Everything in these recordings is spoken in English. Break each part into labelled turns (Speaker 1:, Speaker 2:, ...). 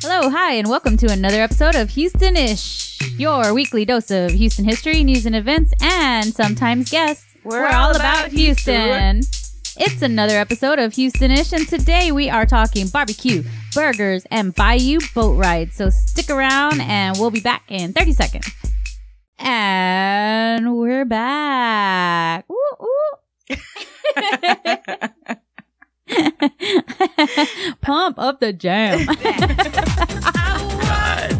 Speaker 1: Hello, hi, and welcome to another episode of Houstonish, your weekly dose of Houston history, news, and events, and sometimes guests.
Speaker 2: We're all about Houston.
Speaker 1: It's another episode of Houstonish, and today we are talking barbecue, burgers, and bayou boat rides. So stick around, and we'll be back in 30 seconds. And we're back. Woo, woo. Pump up the jam.
Speaker 2: oh god.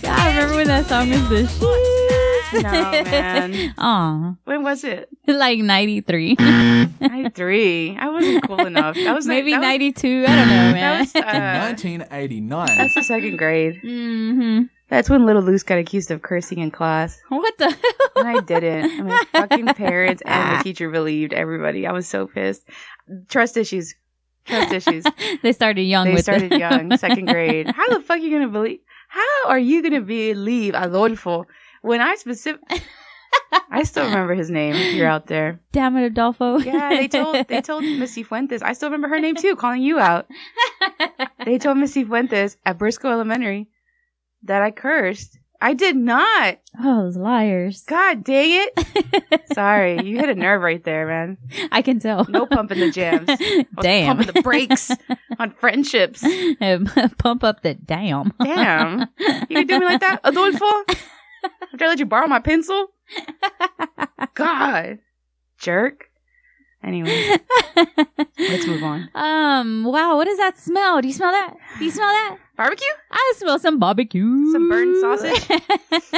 Speaker 1: Yeah, I remember when that song was the shit.
Speaker 2: No man.
Speaker 1: Aw.
Speaker 2: When was it?
Speaker 1: Like 93.
Speaker 2: Ninety three. I wasn't cool enough. That was
Speaker 1: Maybe
Speaker 2: that was-
Speaker 1: 92. I don't know,
Speaker 2: That
Speaker 1: man.
Speaker 2: was uh,
Speaker 3: 1989.
Speaker 2: that's the second grade.
Speaker 1: hmm
Speaker 2: That's when little Luce got accused of cursing in class,
Speaker 1: What the hell?
Speaker 2: and I didn't. And my fucking parents and the teacher believed everybody. I was so pissed. Trust issues. Trust issues.
Speaker 1: they started young
Speaker 2: They
Speaker 1: with
Speaker 2: started
Speaker 1: it.
Speaker 2: young, second grade. How the fuck you gonna believe? How are you gonna believe Adolfo when I specific? I still remember his name. If you're out there.
Speaker 1: Damn it, Adolfo.
Speaker 2: Yeah, they told they told Missy Fuentes. I still remember her name too, calling you out. They told Missy Fuentes at Briscoe Elementary that I cursed. I did not.
Speaker 1: oh, those liars.
Speaker 2: God dang it. Sorry, you hit a nerve right there, man.
Speaker 1: I can tell.
Speaker 2: No pumping the jams. I was
Speaker 1: Damn.
Speaker 2: Pumping the brakes on friendships.
Speaker 1: Pump up the damn.
Speaker 2: Damn. You can do me like that, Adolfo? After I let you borrow my pencil? God. Jerk. Anyway, let's move on.
Speaker 1: Um, wow, what is that smell? Do you smell that? Do you smell that?
Speaker 2: Barbecue?
Speaker 1: I smell some barbecue.
Speaker 2: Some burned sausage?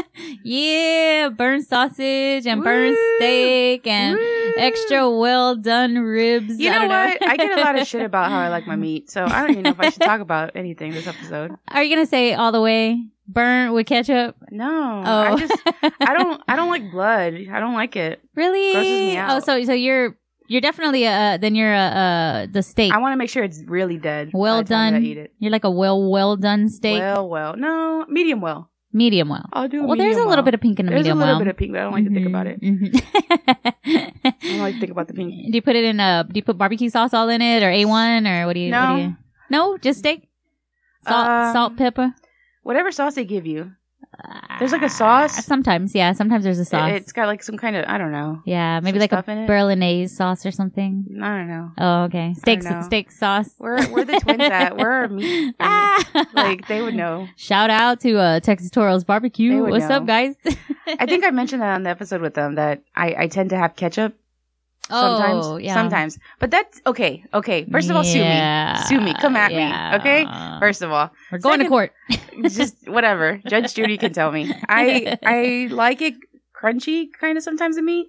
Speaker 1: yeah, burned sausage and burned
Speaker 2: Woo!
Speaker 1: steak and
Speaker 2: Woo!
Speaker 1: extra well done ribs.
Speaker 2: You
Speaker 1: I
Speaker 2: know
Speaker 1: don't
Speaker 2: what? I get a lot of shit about how I like my meat, so I don't even know if I should talk about anything this episode.
Speaker 1: Are you gonna say all the way burnt with ketchup?
Speaker 2: No,
Speaker 1: Oh,
Speaker 2: I just I don't I don't like blood. I don't like it.
Speaker 1: really.
Speaker 2: grosses me
Speaker 1: Oh,
Speaker 2: out.
Speaker 1: so so you're you're definitely uh then you're a uh the steak.
Speaker 2: I want to make sure it's really dead. by
Speaker 1: well
Speaker 2: the time that
Speaker 1: done.
Speaker 2: I eat it.
Speaker 1: You're like a well well done steak.
Speaker 2: Well, well, no, medium well.
Speaker 1: medium well.
Speaker 2: I'll do.
Speaker 1: Well, there's a little bit of pink in the
Speaker 2: there's
Speaker 1: medium
Speaker 2: a little
Speaker 1: well.
Speaker 2: bit of pink, but I don't like to think about it.
Speaker 1: it.
Speaker 2: I don't like to think about the pink.
Speaker 1: Mm-hmm. Do you put it in a? Do you put barbecue sauce all in it, or a one, or what do you? what do
Speaker 2: No.
Speaker 1: you- no, just steak, salt,
Speaker 2: Um,
Speaker 1: salt, pepper.
Speaker 2: Whatever sauce they give you, there's like a sauce?
Speaker 1: Ah, Sometimes, yeah. Sometimes there's a sauce.
Speaker 2: It, has got like some kind of I don't know.
Speaker 1: yeah, maybe
Speaker 2: some
Speaker 1: like a
Speaker 2: stuff in it?
Speaker 1: berlinaise sauce or something.
Speaker 2: I don't know.
Speaker 1: Oh, okay. Steak,
Speaker 2: know.
Speaker 1: steak sauce.
Speaker 2: Where where the twins at? Where are meat?
Speaker 1: Ah!
Speaker 2: Like they would know.
Speaker 1: Shout out to uh, Texas Toros
Speaker 2: They
Speaker 1: Barbecue.
Speaker 2: would
Speaker 1: What's up,
Speaker 2: know.
Speaker 1: guys?
Speaker 2: I think I mentioned that on the episode with them that I, I tend to have ketchup sometimes.
Speaker 1: oh, yeah.
Speaker 2: Sometimes. But that's okay. Okay. First of all,
Speaker 1: Yeah,
Speaker 2: sue me. Sue me. Come at
Speaker 1: yeah.
Speaker 2: me. Okay? First of all,
Speaker 1: We're going to
Speaker 2: second-
Speaker 1: court.
Speaker 2: just whatever. Judge Judy can tell me. I I like it crunchy kind of sometimes of meat.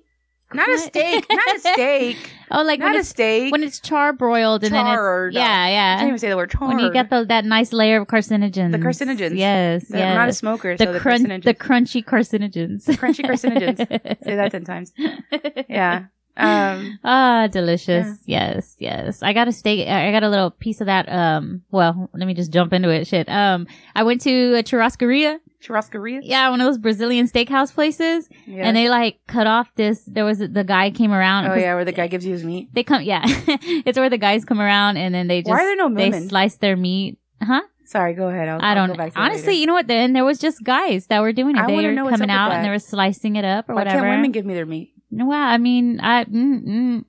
Speaker 2: Not a
Speaker 1: What?
Speaker 2: steak. Not a steak.
Speaker 1: Oh, like
Speaker 2: not
Speaker 1: when
Speaker 2: a
Speaker 1: it's
Speaker 2: steak.
Speaker 1: when it's char broiled and
Speaker 2: Charred.
Speaker 1: then it's yeah,
Speaker 2: I
Speaker 1: yeah.
Speaker 2: can't even say the word charred.
Speaker 1: When you get the, that nice layer of carcinogens.
Speaker 2: The carcinogens.
Speaker 1: Yes,
Speaker 2: The- I'm not a
Speaker 1: yes.
Speaker 2: smoker,
Speaker 1: The,
Speaker 2: so the
Speaker 1: crun-
Speaker 2: carcinogens.
Speaker 1: the crunchy carcinogens.
Speaker 2: crunchy carcinogens. say that ten times. Yeah. Um
Speaker 1: Ah, delicious. Yes, yes. I got a steak. I got a little piece of that. Um, well, let me just jump into it. Shit. Um, I went to a churrascaria.
Speaker 2: churrascaria.
Speaker 1: Yeah, one of those Brazilian steakhouse places, and they like cut off this. There was the guy came around.
Speaker 2: Oh
Speaker 1: 'cause
Speaker 2: yeah, where the guy gives you his meat.
Speaker 1: They come. Yeah, it's where the guys come around, and then they just
Speaker 2: Why are there no
Speaker 1: they
Speaker 2: women?
Speaker 1: slice their meat. Huh?
Speaker 2: Sorry, go ahead. I'll,
Speaker 1: I
Speaker 2: I'll
Speaker 1: don't
Speaker 2: go back to that
Speaker 1: honestly.
Speaker 2: later.
Speaker 1: You know what? Then there was just guys that were doing it.
Speaker 2: I
Speaker 1: they
Speaker 2: wanna
Speaker 1: were
Speaker 2: know what's
Speaker 1: coming
Speaker 2: up with
Speaker 1: out
Speaker 2: that.
Speaker 1: and they were slicing it up or
Speaker 2: Why
Speaker 1: whatever.
Speaker 2: can't women give me their meat?
Speaker 1: Wow. I mean, I. Mm, mm.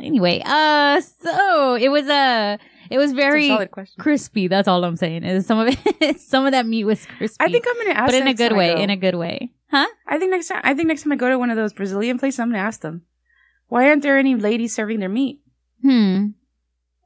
Speaker 1: Anyway, uh, so it was uh, it was
Speaker 2: It's
Speaker 1: very
Speaker 2: a solid question.
Speaker 1: crispy. That's all I'm saying. Is some of it, some of that meat was crispy.
Speaker 2: I think I'm gonna ask.
Speaker 1: but in a
Speaker 2: next
Speaker 1: good
Speaker 2: time I
Speaker 1: way.
Speaker 2: go.
Speaker 1: In a good way, huh?
Speaker 2: I think next time. I think next time I go to one of those Brazilian places, I'm gonna ask them, why aren't there any ladies serving their meat?
Speaker 1: Hmm.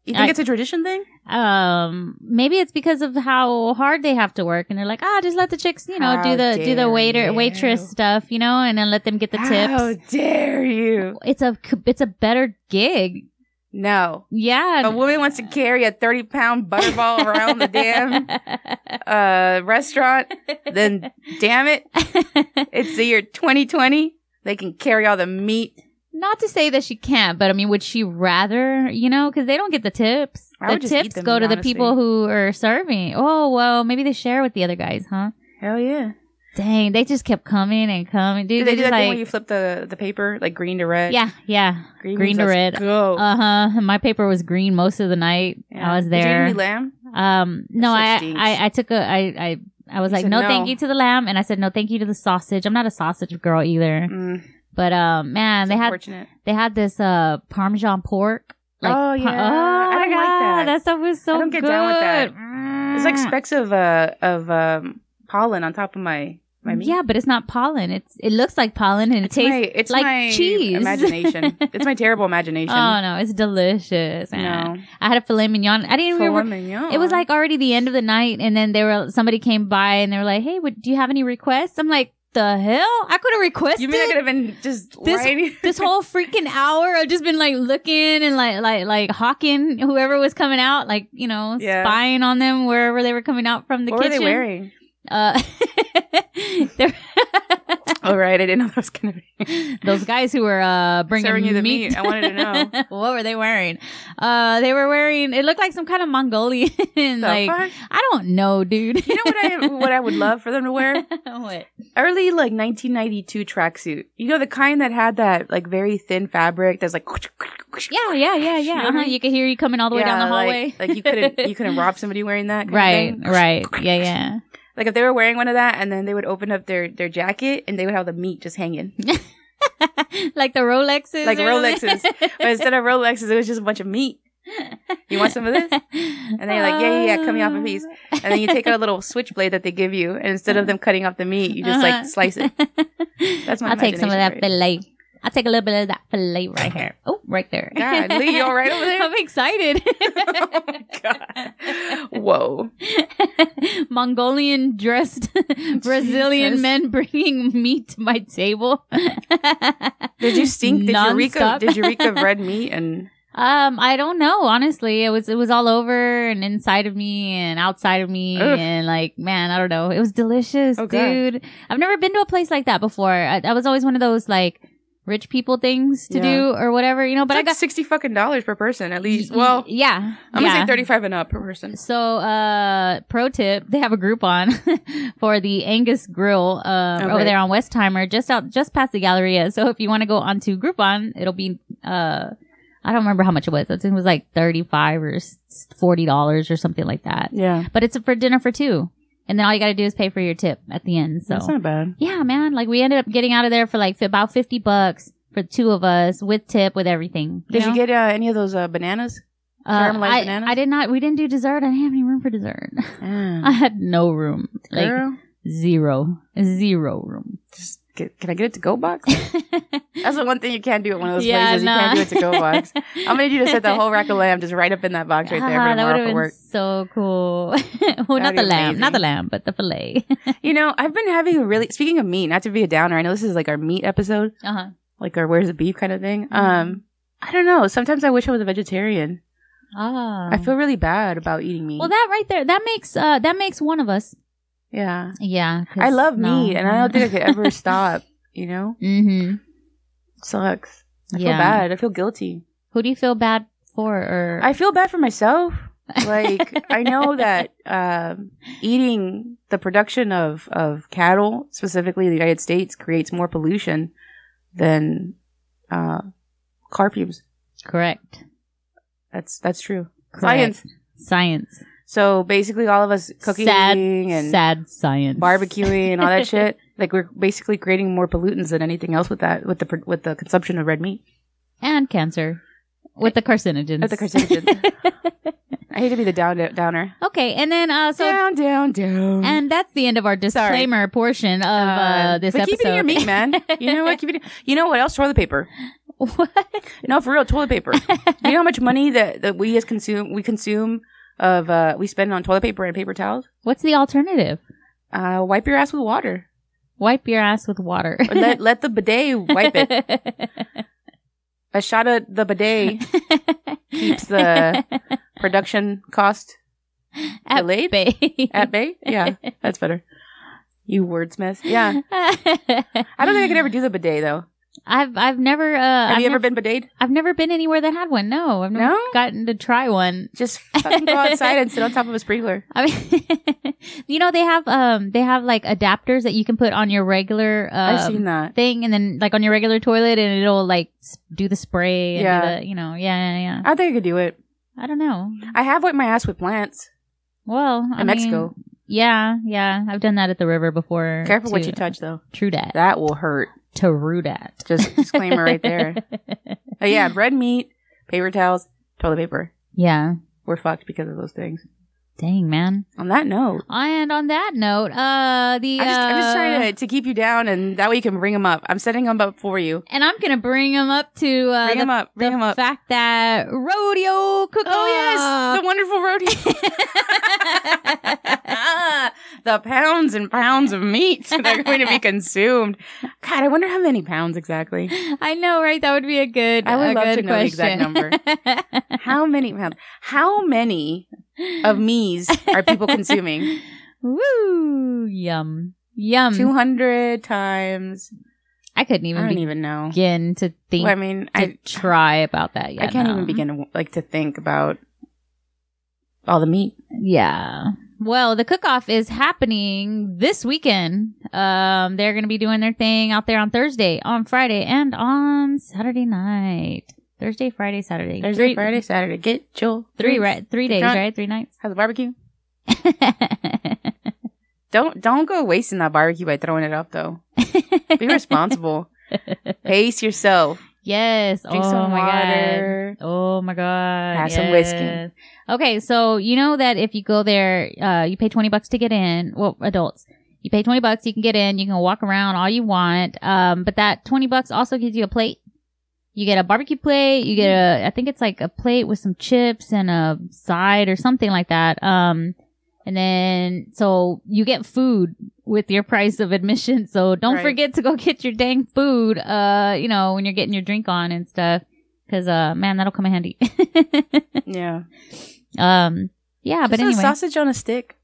Speaker 2: You think
Speaker 1: I-
Speaker 2: it's a tradition thing?
Speaker 1: Um. Maybe it's because of how hard they have to work, and they're like, ah, just let the chicks, you know,
Speaker 2: How
Speaker 1: do the do the
Speaker 2: dare
Speaker 1: waiter
Speaker 2: you.
Speaker 1: waitress stuff, you know, and then let them get the
Speaker 2: How
Speaker 1: tips.
Speaker 2: dare you?
Speaker 1: It's a it's a better gig.
Speaker 2: No.
Speaker 1: Yeah.
Speaker 2: A woman wants to carry a 30 pound butterball around the damn uh, restaurant, then damn it, it's the year 2020. They can carry all the meat.
Speaker 1: Not to say that she can't, but I mean, would she rather, you know, because they don't get the tips.
Speaker 2: I
Speaker 1: The
Speaker 2: would just eat
Speaker 1: tips
Speaker 2: them,
Speaker 1: go to the
Speaker 2: honestly.
Speaker 1: people who are serving. Oh, well, maybe they share with the other guys, huh?
Speaker 2: Hell yeah.
Speaker 1: Dang, they just kept coming and coming.
Speaker 2: Did
Speaker 1: Dude,
Speaker 2: they do
Speaker 1: just
Speaker 2: that
Speaker 1: like,
Speaker 2: thing where you flip the, the paper, like green to red?
Speaker 1: yeah, yeah.
Speaker 2: Green,
Speaker 1: green
Speaker 2: means
Speaker 1: to red.
Speaker 2: let's Go.
Speaker 1: Uh huh. My paper was green most of the night.
Speaker 2: Oh. Yeah.
Speaker 1: I was
Speaker 2: Did you eat
Speaker 1: there.
Speaker 2: any lamb?
Speaker 1: Um, no,
Speaker 2: That shit
Speaker 1: I,
Speaker 2: stinks.
Speaker 1: I, I took a, I, I, I was
Speaker 2: You
Speaker 1: like,
Speaker 2: said
Speaker 1: no,
Speaker 2: no.
Speaker 1: thank you to the lamb, and I said no, thank you to the sausage. I'm not a sausage girl either,
Speaker 2: Mm,
Speaker 1: but um, man,
Speaker 2: it's
Speaker 1: they had
Speaker 2: unfortunate.
Speaker 1: they had this uh Parmesan pork.
Speaker 2: Oh,
Speaker 1: par-
Speaker 2: yeah. I
Speaker 1: my
Speaker 2: don't like
Speaker 1: God,
Speaker 2: that.
Speaker 1: stuff was so Mm.
Speaker 2: I don't get down with that.
Speaker 1: that.
Speaker 2: It's like specks of uh of um pollen on top of my my meat.
Speaker 1: Yeah, but it's not pollen. It's it looks like pollen and it
Speaker 2: it's
Speaker 1: tastes.
Speaker 2: my, it's
Speaker 1: like
Speaker 2: my
Speaker 1: cheese.
Speaker 2: Imagination. it's my terrible imagination.
Speaker 1: Oh no, it's delicious. man.
Speaker 2: no,
Speaker 1: I had a filet mignon. I didn't
Speaker 2: Filet
Speaker 1: remember.
Speaker 2: mignon.
Speaker 1: It was like already the end of the night, and then they were somebody came by and they were like, "Hey, what, do you have any requests?" I'm like, "The hell! I could have requested
Speaker 2: you mean I could have been just
Speaker 1: This-
Speaker 2: writing-
Speaker 1: this whole freaking hour. I've just been like looking and like like like hawking whoever was coming out, like you know,
Speaker 2: Yeah.
Speaker 1: spying on them wherever they were coming out from the
Speaker 2: what were
Speaker 1: kitchen.
Speaker 2: they wearing?
Speaker 1: Uh, they're-
Speaker 2: Oh right, I didn't know that was gonna be
Speaker 1: those guys who were uh bringing
Speaker 2: Serving you the
Speaker 1: meat.
Speaker 2: meat. I wanted to know.
Speaker 1: what were they wearing? Uh, they were wearing. It looked like some kind of Mongolian. like
Speaker 2: fuck?
Speaker 1: I don't know, dude.
Speaker 2: You know what I what I would love for them to wear?
Speaker 1: what?
Speaker 2: Early like 1992 tracksuit. You know the kind that had that like very thin fabric that's like
Speaker 1: Yeah, yeah, yeah,
Speaker 2: You know
Speaker 1: yeah.
Speaker 2: what I
Speaker 1: Uh-huh.
Speaker 2: mean?
Speaker 1: You could hear you coming all the way down the
Speaker 2: Yeah, like-
Speaker 1: hallway.
Speaker 2: Like, you couldn't you couldn't rob somebody wearing that. kind of
Speaker 1: right,
Speaker 2: thing.
Speaker 1: right. Yeah, yeah.
Speaker 2: Like if they were wearing one of that, and then they would open up their their jacket, and they would have the meat just hanging.
Speaker 1: like the Rolexes.
Speaker 2: Like
Speaker 1: or something.
Speaker 2: But instead of Rolexes, it was just a bunch of meat. You want some of this?
Speaker 1: And
Speaker 2: then you're like, yeah, yeah, yeah, cut me off a piece. And then you take out a little switchblade that they give you, and instead of them cutting off the meat, you just
Speaker 1: Uh-huh.
Speaker 2: like slice it. That's my
Speaker 1: I'll take some of that
Speaker 2: imagination
Speaker 1: filet. I'll take a little bit of that filet right here. Oh, right there.
Speaker 2: God, Lee, you all right over there?
Speaker 1: I'm excited.
Speaker 2: Oh my God. Whoa.
Speaker 1: Mongolian dressed Brazilian
Speaker 2: Jesus.
Speaker 1: men bringing meat to my table.
Speaker 2: Did you stink? Did you reek
Speaker 1: Nonstop.
Speaker 2: of did you reek of red meat and
Speaker 1: Um, I don't know. Honestly, it was it was all over and inside of me and outside of me
Speaker 2: Ugh.
Speaker 1: and like man, I don't know. It was delicious,
Speaker 2: Oh, God.
Speaker 1: dude. I've never been to a place like that before. I, I was always one of those like rich people things to
Speaker 2: Yeah.
Speaker 1: do or whatever, you know. But
Speaker 2: it's
Speaker 1: I
Speaker 2: like
Speaker 1: got
Speaker 2: sixty fucking dollars per person at least.
Speaker 1: y-
Speaker 2: Well,
Speaker 1: yeah,
Speaker 2: I'm
Speaker 1: yeah.
Speaker 2: gonna say thirty five and up per person.
Speaker 1: So, uh, pro tip, they have a Groupon for the Angus Grill, uh,
Speaker 2: Oh,
Speaker 1: over
Speaker 2: right.
Speaker 1: there on Westheimer, just out, just past the Galleria. So if you want to go onto Groupon, it'll be, uh, I don't remember how much it was. I think it was like 35 or s- $40 or something like that.
Speaker 2: Yeah.
Speaker 1: But it's for dinner for two. And then all you gotta do is pay for your tip at the end. So.
Speaker 2: That's not bad.
Speaker 1: Yeah, man. Like we ended up getting out of there for like f- about 50 bucks for the two of us with tip, with everything.
Speaker 2: Did
Speaker 1: know?
Speaker 2: you get uh, any of those uh, bananas?
Speaker 1: Uh,
Speaker 2: caramelized
Speaker 1: I,
Speaker 2: bananas?
Speaker 1: I did not, we didn't do dessert. I didn't have any room for dessert. I had no room. Mm. Like
Speaker 2: Girl,
Speaker 1: zero. Zero room.
Speaker 2: just get, can I get it to go box? That's the one thing you can't do at one of those
Speaker 1: Yeah,
Speaker 2: places. You can't do it to go box. I'm gonna need you to set
Speaker 1: the
Speaker 2: the whole rack of lamb just right up in that box right there for
Speaker 1: Ah, that would
Speaker 2: tomorrow
Speaker 1: have
Speaker 2: for
Speaker 1: been
Speaker 2: work.
Speaker 1: so cool. well, not
Speaker 2: That'd
Speaker 1: the
Speaker 2: be
Speaker 1: lamb, not
Speaker 2: amazing.
Speaker 1: the lamb, but the fillet.
Speaker 2: You know, I've been having a really speaking of meat, not to be a downer, I know this is like our meat episode,
Speaker 1: uh-huh.
Speaker 2: like our where's the beef kind of thing.
Speaker 1: Mhm.
Speaker 2: Um I don't know. Sometimes I wish I was a vegetarian.
Speaker 1: Ah.
Speaker 2: I feel really bad about eating meat.
Speaker 1: well, that right there, that makes uh, that makes one of us.
Speaker 2: yeah.
Speaker 1: Yeah, 'cause-
Speaker 2: I love
Speaker 1: no,
Speaker 2: meat and I don't think I could ever stop, you know?
Speaker 1: Mm-hmm.
Speaker 2: Sucks. I
Speaker 1: yeah.
Speaker 2: feel bad. I feel guilty.
Speaker 1: Who do you feel bad for? Or
Speaker 2: I feel bad for myself. Like I know that um, eating the production of of cattle, specifically in the United States, creates more pollution than uh, car fumes.
Speaker 1: correct.
Speaker 2: That's that's true.
Speaker 1: correct.
Speaker 2: Science.
Speaker 1: Science.
Speaker 2: So basically, all of us cooking
Speaker 1: Sad-
Speaker 2: and
Speaker 1: Sad science.
Speaker 2: barbecuing and all that shit, like we're basically creating more pollutants than anything else with that with the pr- with the consumption of red meat.
Speaker 1: and cancer with the carcinogens.
Speaker 2: With the carcinogens. I hate to be the down downer.
Speaker 1: okay, and then uh, so
Speaker 2: down, down, down.
Speaker 1: and that's the end of our
Speaker 2: Mm-hmm. Sorry. Um,
Speaker 1: disclaimer portion of uh, this
Speaker 2: but
Speaker 1: episode.
Speaker 2: keep it in your meat, man. You know what? Keep it. In, you know what else? Toilet paper.
Speaker 1: what?
Speaker 2: No, for real, toilet paper. you know how much money that, that we as consume we consume of uh we spend on toilet paper and paper towels.
Speaker 1: What's the alternative?
Speaker 2: Uh, wipe your ass with water.
Speaker 1: Wipe your ass with water.
Speaker 2: Or let let the bidet wipe it. A shot of the bidet keeps the production cost
Speaker 1: at
Speaker 2: delayed?
Speaker 1: bay.
Speaker 2: at bay. Yeah, that's better. You wordsmith. Yeah, I don't think I could ever do the bidet though.
Speaker 1: I've I've never uh
Speaker 2: Have
Speaker 1: I've,
Speaker 2: you ever
Speaker 1: nev-
Speaker 2: been bidet?
Speaker 1: I've never been anywhere that had one. No, I've never
Speaker 2: No?
Speaker 1: gotten to try one.
Speaker 2: Just fucking go outside and sit on top of a sprinkler.
Speaker 1: I mean, you know they have um they have like adapters that you can put on your regular um,
Speaker 2: I've seen that.
Speaker 1: thing and then like on your regular toilet and it'll like s- do the spray and do
Speaker 2: Yeah.
Speaker 1: the, you know yeah yeah yeah
Speaker 2: I don't think I could do it.
Speaker 1: i don't know
Speaker 2: I have wiped my ass with plants.
Speaker 1: Well,
Speaker 2: In
Speaker 1: I mean,
Speaker 2: Mexico.
Speaker 1: Yeah, yeah. I've done that at the river before.
Speaker 2: Careful what
Speaker 1: too.
Speaker 2: you touch, though.
Speaker 1: True dat.
Speaker 2: That will hurt.
Speaker 1: To rue dat.
Speaker 2: Just disclaimer right there. But yeah, red meat, paper towels, toilet paper.
Speaker 1: yeah.
Speaker 2: We're fucked because of those things.
Speaker 1: Dang, man.
Speaker 2: On that note,
Speaker 1: And on that note, uh, the
Speaker 2: I'm, just, I'm just trying
Speaker 1: uh,
Speaker 2: to, to keep you down, and that way you can bring them up. I'm setting them up for you.
Speaker 1: and I'm gonna bring them up to uh,
Speaker 2: Bring
Speaker 1: the,
Speaker 2: them up. Bring
Speaker 1: the
Speaker 2: them up.
Speaker 1: fact that rodeo cook.
Speaker 2: oh yes, the wonderful rodeo.
Speaker 1: oh.
Speaker 2: the pounds and pounds of meat that are going to be consumed. God, I wonder how many pounds exactly.
Speaker 1: I know, right? That would be a good.
Speaker 2: I would
Speaker 1: a
Speaker 2: love to
Speaker 1: good
Speaker 2: know the exact
Speaker 1: number.
Speaker 2: How many pounds? How many of me's are people consuming?
Speaker 1: Woo! Yum, yum.
Speaker 2: Two hundred times.
Speaker 1: I couldn't
Speaker 2: I
Speaker 1: even
Speaker 2: don't
Speaker 1: begin
Speaker 2: even know.
Speaker 1: to think
Speaker 2: Well, I mean,
Speaker 1: to
Speaker 2: I
Speaker 1: try about that yet.
Speaker 2: I can't
Speaker 1: no.
Speaker 2: even begin to like to think about all the meat.
Speaker 1: Yeah. Well, the cook off is happening this weekend. Um, they're going to be doing their thing out there on Thursday, on Friday, and on Saturday night. Thursday, Friday, Saturday.
Speaker 2: Thursday,
Speaker 1: three,
Speaker 2: Friday, Saturday. Get your
Speaker 1: Three,
Speaker 2: roots.
Speaker 1: right? Three days,
Speaker 2: drunk.
Speaker 1: right? Three nights.
Speaker 2: How's the barbecue? Don't don't go wasting that barbecue by throwing it up though. Be responsible. Pace yourself.
Speaker 1: yes.
Speaker 2: Drink
Speaker 1: oh
Speaker 2: some
Speaker 1: my God.
Speaker 2: water.
Speaker 1: Oh my god!
Speaker 2: Have some whiskey.
Speaker 1: yes. Okay, so you know that if you go there, uh, you pay twenty bucks to get in. Well, adults, you pay twenty bucks, you can get in. You can walk around all you want. Um, but that twenty bucks also gives you a plate. You get a barbecue plate. You get
Speaker 2: Mm.
Speaker 1: a, I think it's like a plate with some chips and a side or something like that. Um, and then so you get food with your price of admission. So don't
Speaker 2: Right.
Speaker 1: forget to go get your dang food. Uh, you know when you're getting your drink on and stuff. Cause uh man, that'll come in handy.
Speaker 2: Yeah.
Speaker 1: um yeah, but
Speaker 2: Just a
Speaker 1: anyway.
Speaker 2: sausage on a stick.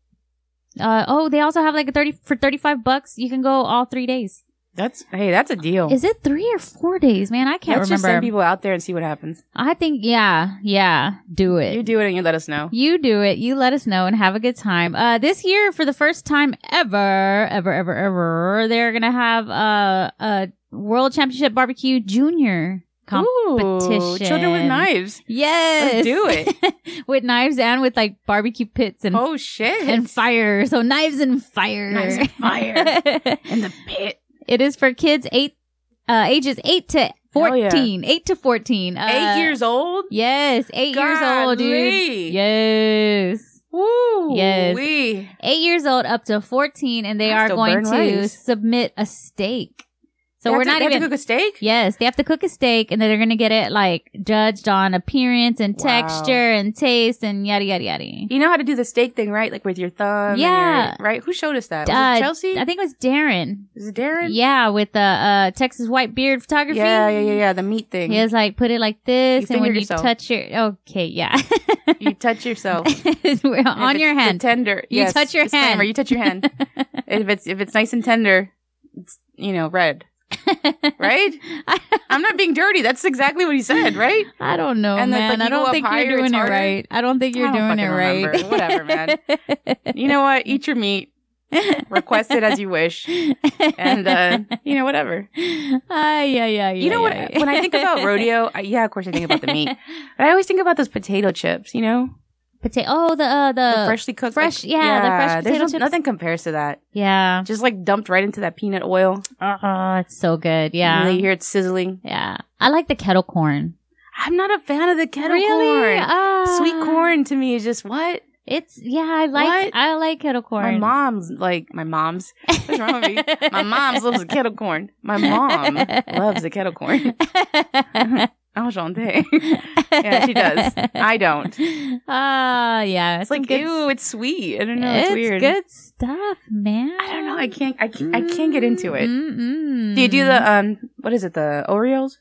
Speaker 1: uh oh, they also have like a thirty for thirty five bucks, you can go all three days.
Speaker 2: That's hey, that's a deal.
Speaker 1: Is it three or four days? Man, I can't
Speaker 2: Let's Oh. just
Speaker 1: remember.
Speaker 2: send people out there and see what happens.
Speaker 1: I think yeah, yeah. Do it.
Speaker 2: You do it and you let us know.
Speaker 1: You do it. You let us know and have a good time. Uh, this year, for the first time ever, ever, ever, ever, they're gonna have uh, a World Championship Barbecue Junior comp.
Speaker 2: Ooh, children with
Speaker 1: competition.
Speaker 2: knives.
Speaker 1: Yes,
Speaker 2: do
Speaker 1: it with knives and with like barbecue pits and
Speaker 2: Oh shit.
Speaker 1: and fire. So knives and fire.
Speaker 2: Knives and fire. in the pit.
Speaker 1: it is for kids eight, uh, ages eight to
Speaker 2: Hell yeah.
Speaker 1: fourteen. Eight to fourteen. Uh,
Speaker 2: Eight years old.
Speaker 1: Yes, eight years old,
Speaker 2: Golly.
Speaker 1: dude. Yes.
Speaker 2: Woo.
Speaker 1: Yes.
Speaker 2: wee.
Speaker 1: eight years old up to 14 and they
Speaker 2: That's
Speaker 1: are
Speaker 2: still
Speaker 1: going
Speaker 2: burn
Speaker 1: to
Speaker 2: rice.
Speaker 1: submit a steak so
Speaker 2: They have
Speaker 1: we're
Speaker 2: to-
Speaker 1: not
Speaker 2: they have
Speaker 1: even
Speaker 2: to cook a steak.
Speaker 1: yes they have to cook a steak and then they're gonna get it like judged on appearance and
Speaker 2: Wow.
Speaker 1: texture and taste and yada yada yada
Speaker 2: You know how to do the steak thing, right? Like with your thumb. and your-
Speaker 1: Yeah.
Speaker 2: right. Who showed us that? Was
Speaker 1: Uh,
Speaker 2: it Chelsea?
Speaker 1: i think it was darren
Speaker 2: Is it Darren?
Speaker 1: yeah with the uh texas white beard photography
Speaker 2: Yeah, yeah, yeah, yeah. The meat thing.
Speaker 1: he was like put it like this
Speaker 2: You
Speaker 1: and when
Speaker 2: fingered
Speaker 1: you
Speaker 2: yourself.
Speaker 1: touch your okay yeah
Speaker 2: You touch yourself.
Speaker 1: on
Speaker 2: If
Speaker 1: your
Speaker 2: it's the
Speaker 1: hand
Speaker 2: tender.
Speaker 1: You
Speaker 2: yes,
Speaker 1: touch your
Speaker 2: disclaimer,
Speaker 1: hand.
Speaker 2: You touch your hand. if it's if it's nice and tender, it's you know red. Right? I'm not being dirty. That's exactly what he said. Right?
Speaker 1: I don't know,
Speaker 2: And
Speaker 1: man.
Speaker 2: then, like, you
Speaker 1: I
Speaker 2: go
Speaker 1: don't
Speaker 2: up
Speaker 1: think
Speaker 2: higher,
Speaker 1: you're
Speaker 2: it's
Speaker 1: doing it
Speaker 2: harder?
Speaker 1: right. I don't think you're
Speaker 2: I don't
Speaker 1: doing it
Speaker 2: fucking
Speaker 1: right.
Speaker 2: remember. Whatever, man. You know what? Eat your meat. Request it as you wish. And uh, you know whatever.
Speaker 1: Ay, ay, ay,
Speaker 2: You know what?
Speaker 1: ay, ay.
Speaker 2: When I think about rodeo, I, yeah, of course I think about the meat. But I always think about those potato chips. You know,
Speaker 1: potato. Oh, the uh, the,
Speaker 2: the freshly cooked.
Speaker 1: fresh- yeah, the fresh
Speaker 2: there's
Speaker 1: potato
Speaker 2: no-
Speaker 1: chips.
Speaker 2: Nothing compares to that.
Speaker 1: yeah.
Speaker 2: Just like dumped right into that peanut oil.
Speaker 1: Oh, it's so good.
Speaker 2: And
Speaker 1: Yeah,
Speaker 2: then you hear it sizzling.
Speaker 1: yeah. I like the kettle corn.
Speaker 2: I'm not a fan of the kettle
Speaker 1: really?
Speaker 2: corn.
Speaker 1: Ah.
Speaker 2: Sweet corn to me is just what?
Speaker 1: It's yeah. I like
Speaker 2: What?
Speaker 1: I like kettle corn.
Speaker 2: My mom's like, my mom's. What's wrong with me? My mom's loves the kettle corn. My mom loves the kettle corn. Enchante. Yeah, she does. I don't.
Speaker 1: Ah, yeah.
Speaker 2: It's like,
Speaker 1: good,
Speaker 2: ew, it's sweet. I don't know. It's, weird.
Speaker 1: good stuff, man.
Speaker 2: I don't know. I can't, I can't, I can't get into
Speaker 1: Mm-hmm.
Speaker 2: it.
Speaker 1: Mm-mm.
Speaker 2: Do you do the, um, what is it? The Oreos?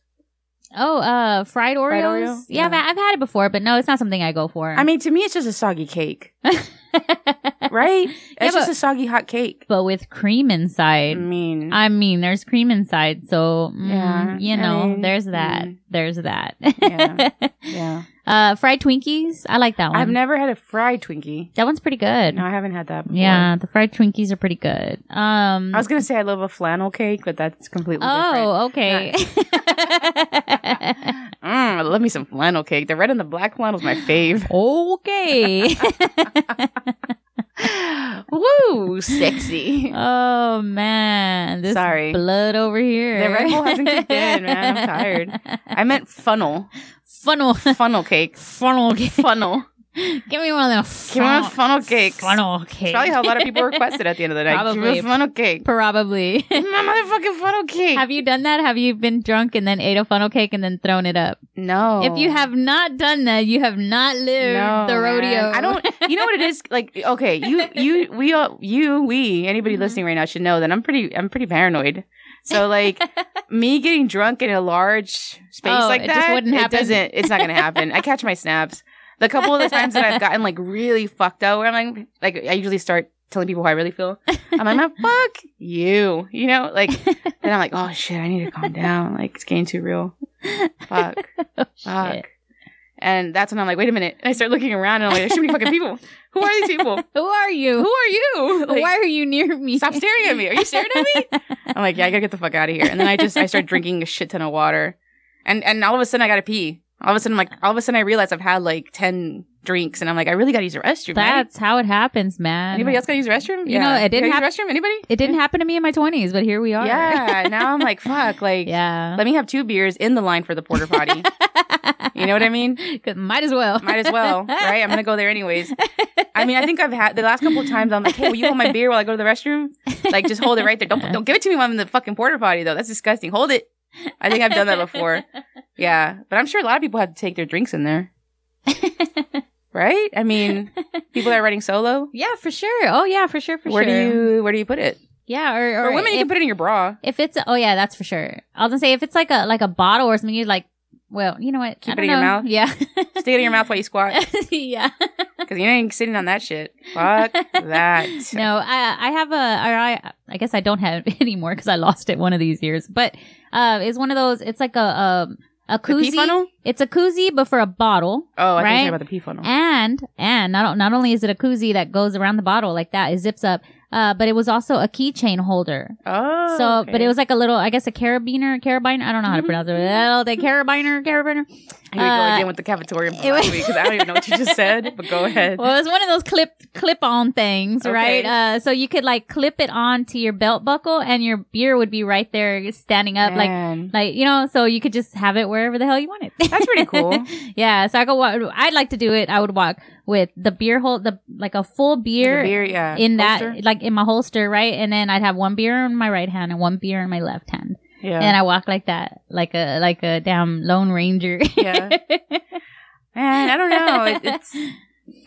Speaker 1: Oh, uh, fried Oreos.
Speaker 2: Fried Oreo?
Speaker 1: Yeah, I've,
Speaker 2: Yeah.
Speaker 1: I've had it before, but no, it's not something I go for.
Speaker 2: I mean, to me, it's just a soggy cake, right? It's
Speaker 1: Yeah,
Speaker 2: just
Speaker 1: but-
Speaker 2: a soggy hot cake.
Speaker 1: but with cream
Speaker 2: I
Speaker 1: inside.
Speaker 2: mean,
Speaker 1: I mean, there's cream inside, so mm,
Speaker 2: Mm. Yeah, I
Speaker 1: you know,
Speaker 2: mean,
Speaker 1: there's that.
Speaker 2: mm.
Speaker 1: There's that.
Speaker 2: Yeah. yeah.
Speaker 1: uh, fried Twinkies. I like that one.
Speaker 2: I've never had a fried Twinkie.
Speaker 1: that one's pretty good.
Speaker 2: No, I haven't had that before.
Speaker 1: yeah, the fried Twinkies are pretty good. Um.
Speaker 2: I was gonna say I love a flannel cake, but that's completely different.
Speaker 1: oh, okay.
Speaker 2: Mm, I love me some flannel cake. The red and the black flannel's my fave.
Speaker 1: okay.
Speaker 3: Ooh, sexy.
Speaker 1: Oh man, this
Speaker 3: Sorry.
Speaker 1: blood over here.
Speaker 2: The Red Bull hasn't kicked in, man. I'm tired. I meant funnel.
Speaker 1: Funnel,
Speaker 2: Funnel cake.
Speaker 1: funnel. Give
Speaker 2: Funnel.
Speaker 1: me one of them.
Speaker 2: Give me
Speaker 1: Funnel,
Speaker 2: one funnel cakes.
Speaker 1: funnel cake.
Speaker 2: It's probably how a lot of people request it at the end of the night. Give me
Speaker 1: Probably.
Speaker 2: a funnel cake.
Speaker 1: Probably.
Speaker 2: Give me My motherfucking funnel cake.
Speaker 1: Have you done that? Have you been drunk and then ate a funnel cake and then thrown it up?
Speaker 2: no.
Speaker 1: If you have not done that, you have not lived
Speaker 2: Oh. No,
Speaker 1: the rodeo.
Speaker 2: man. I don't. You know what it is? Like, okay, you, you, we all, you, we, anybody
Speaker 1: Mhm.
Speaker 2: listening right now should know that I'm pretty, I'm pretty paranoid. So like, me getting drunk in a large space
Speaker 1: Oh,
Speaker 2: like
Speaker 1: it
Speaker 2: that,
Speaker 1: just wouldn't happen.
Speaker 2: It doesn't. It's not gonna happen. I catch my snaps. The couple of the times that I've gotten like really fucked up, where I'm like, like I usually start telling people how I really feel. I'm like, "Now, fuck you, you know, like. Then I'm like, oh shit, I need to calm down. Like it's getting too real. Fuck.
Speaker 1: Oh,
Speaker 2: Fuck.
Speaker 1: shit.
Speaker 2: And that's when I'm like, wait a minute. And I start looking around and I'm like, there's too many fucking people. Who are these people?
Speaker 1: Who are you?
Speaker 2: Who are you? Like,
Speaker 1: Why are you near me?
Speaker 2: Stop staring at me. Are you staring at me? I'm like, yeah, I gotta get the fuck out of here. And then I just I start drinking a shit ton of water. And and all of a sudden I gotta pee. All of a sudden I'm like all of a sudden I realize I've had like ten drinks and I'm like, I really gotta use the restroom. right?
Speaker 1: That's how it happens, man.
Speaker 2: Anybody else gotta use the restroom?
Speaker 1: You know, it didn't
Speaker 2: Gotta use the restroom? Anybody?
Speaker 1: It didn't happen to me in my twenties, but here we are.
Speaker 2: Yeah. Now I'm like, fuck, like
Speaker 1: yeah.
Speaker 2: let me have two beers in the line for the porter potty. you know what I mean?
Speaker 1: Could- Might as well.
Speaker 2: Might as well, right? I'm gonna go there anyways. I mean, I think I've had the last couple of times. I'm like, hey, will you hold my beer while I go to the restroom? Like, just hold it right there. Don't don't give it to me while I'm in the fucking porta potty though. That's disgusting. Hold it. I think I've done that before. Yeah, but I'm sure a lot of people have to take their drinks in there, right? I mean, people that are riding solo.
Speaker 1: yeah, for sure. Oh yeah, for sure. For
Speaker 2: where
Speaker 1: sure.
Speaker 2: do you where do you put it?
Speaker 1: Yeah, or, or,
Speaker 2: For women, you
Speaker 1: if,
Speaker 2: can put it in your bra.
Speaker 1: if it's oh yeah, that's for sure. I was gonna say if it's like a like a bottle or something, you like. Well, you know what?
Speaker 2: Keep
Speaker 1: I
Speaker 2: it
Speaker 1: don't
Speaker 2: in your
Speaker 1: know.
Speaker 2: mouth?
Speaker 1: Yeah.
Speaker 2: Stick it in your mouth while you squat
Speaker 1: yeah.
Speaker 2: because you ain't sitting on that shit. Fuck that.
Speaker 1: No, I I have a or I I guess I don't have it anymore because I lost it one of these years. But uh, it's one of those. It's like a um a
Speaker 2: The pee
Speaker 1: koozie.
Speaker 2: funnel.
Speaker 1: It's a koozie, but for a bottle.
Speaker 2: Oh, I think
Speaker 1: Right?
Speaker 2: you're talking about the pee funnel.
Speaker 1: And and not not only is it a koozie that goes around the bottle like that, it zips up. Uh, but it was also a keychain holder.
Speaker 2: Oh,
Speaker 1: so, but
Speaker 2: okay. Mm-hmm.
Speaker 1: it was like a little, I guess, a carabiner, carabiner. I don't know how to pronounce it. Well, the carabiner, carabiner.
Speaker 2: Here we go
Speaker 1: Uh,
Speaker 2: again with the cafeteria
Speaker 1: it
Speaker 2: from last
Speaker 1: was-
Speaker 2: week because I don't even know what you just said, but go ahead.
Speaker 1: Well, it was one of those clip clip on things,
Speaker 2: Okay.
Speaker 1: right? Uh, so you could like clip it on to your belt buckle, and your beer would be right there, standing up, like
Speaker 2: Man.
Speaker 1: like you know. So you could just have it wherever the hell you want it.
Speaker 2: that's pretty cool.
Speaker 1: yeah. So I go. Walk, I'd like to do it. I would walk with the beer hold, the like a full
Speaker 2: The
Speaker 1: beer.
Speaker 2: beer, yeah.
Speaker 1: in that
Speaker 2: Holster?
Speaker 1: like in my holster right and then i'd have one beer in my right hand and one beer in my left hand and
Speaker 2: yeah,
Speaker 1: i walk like that like a like a damn lone ranger
Speaker 2: yeah. Man, I don't know. It, it's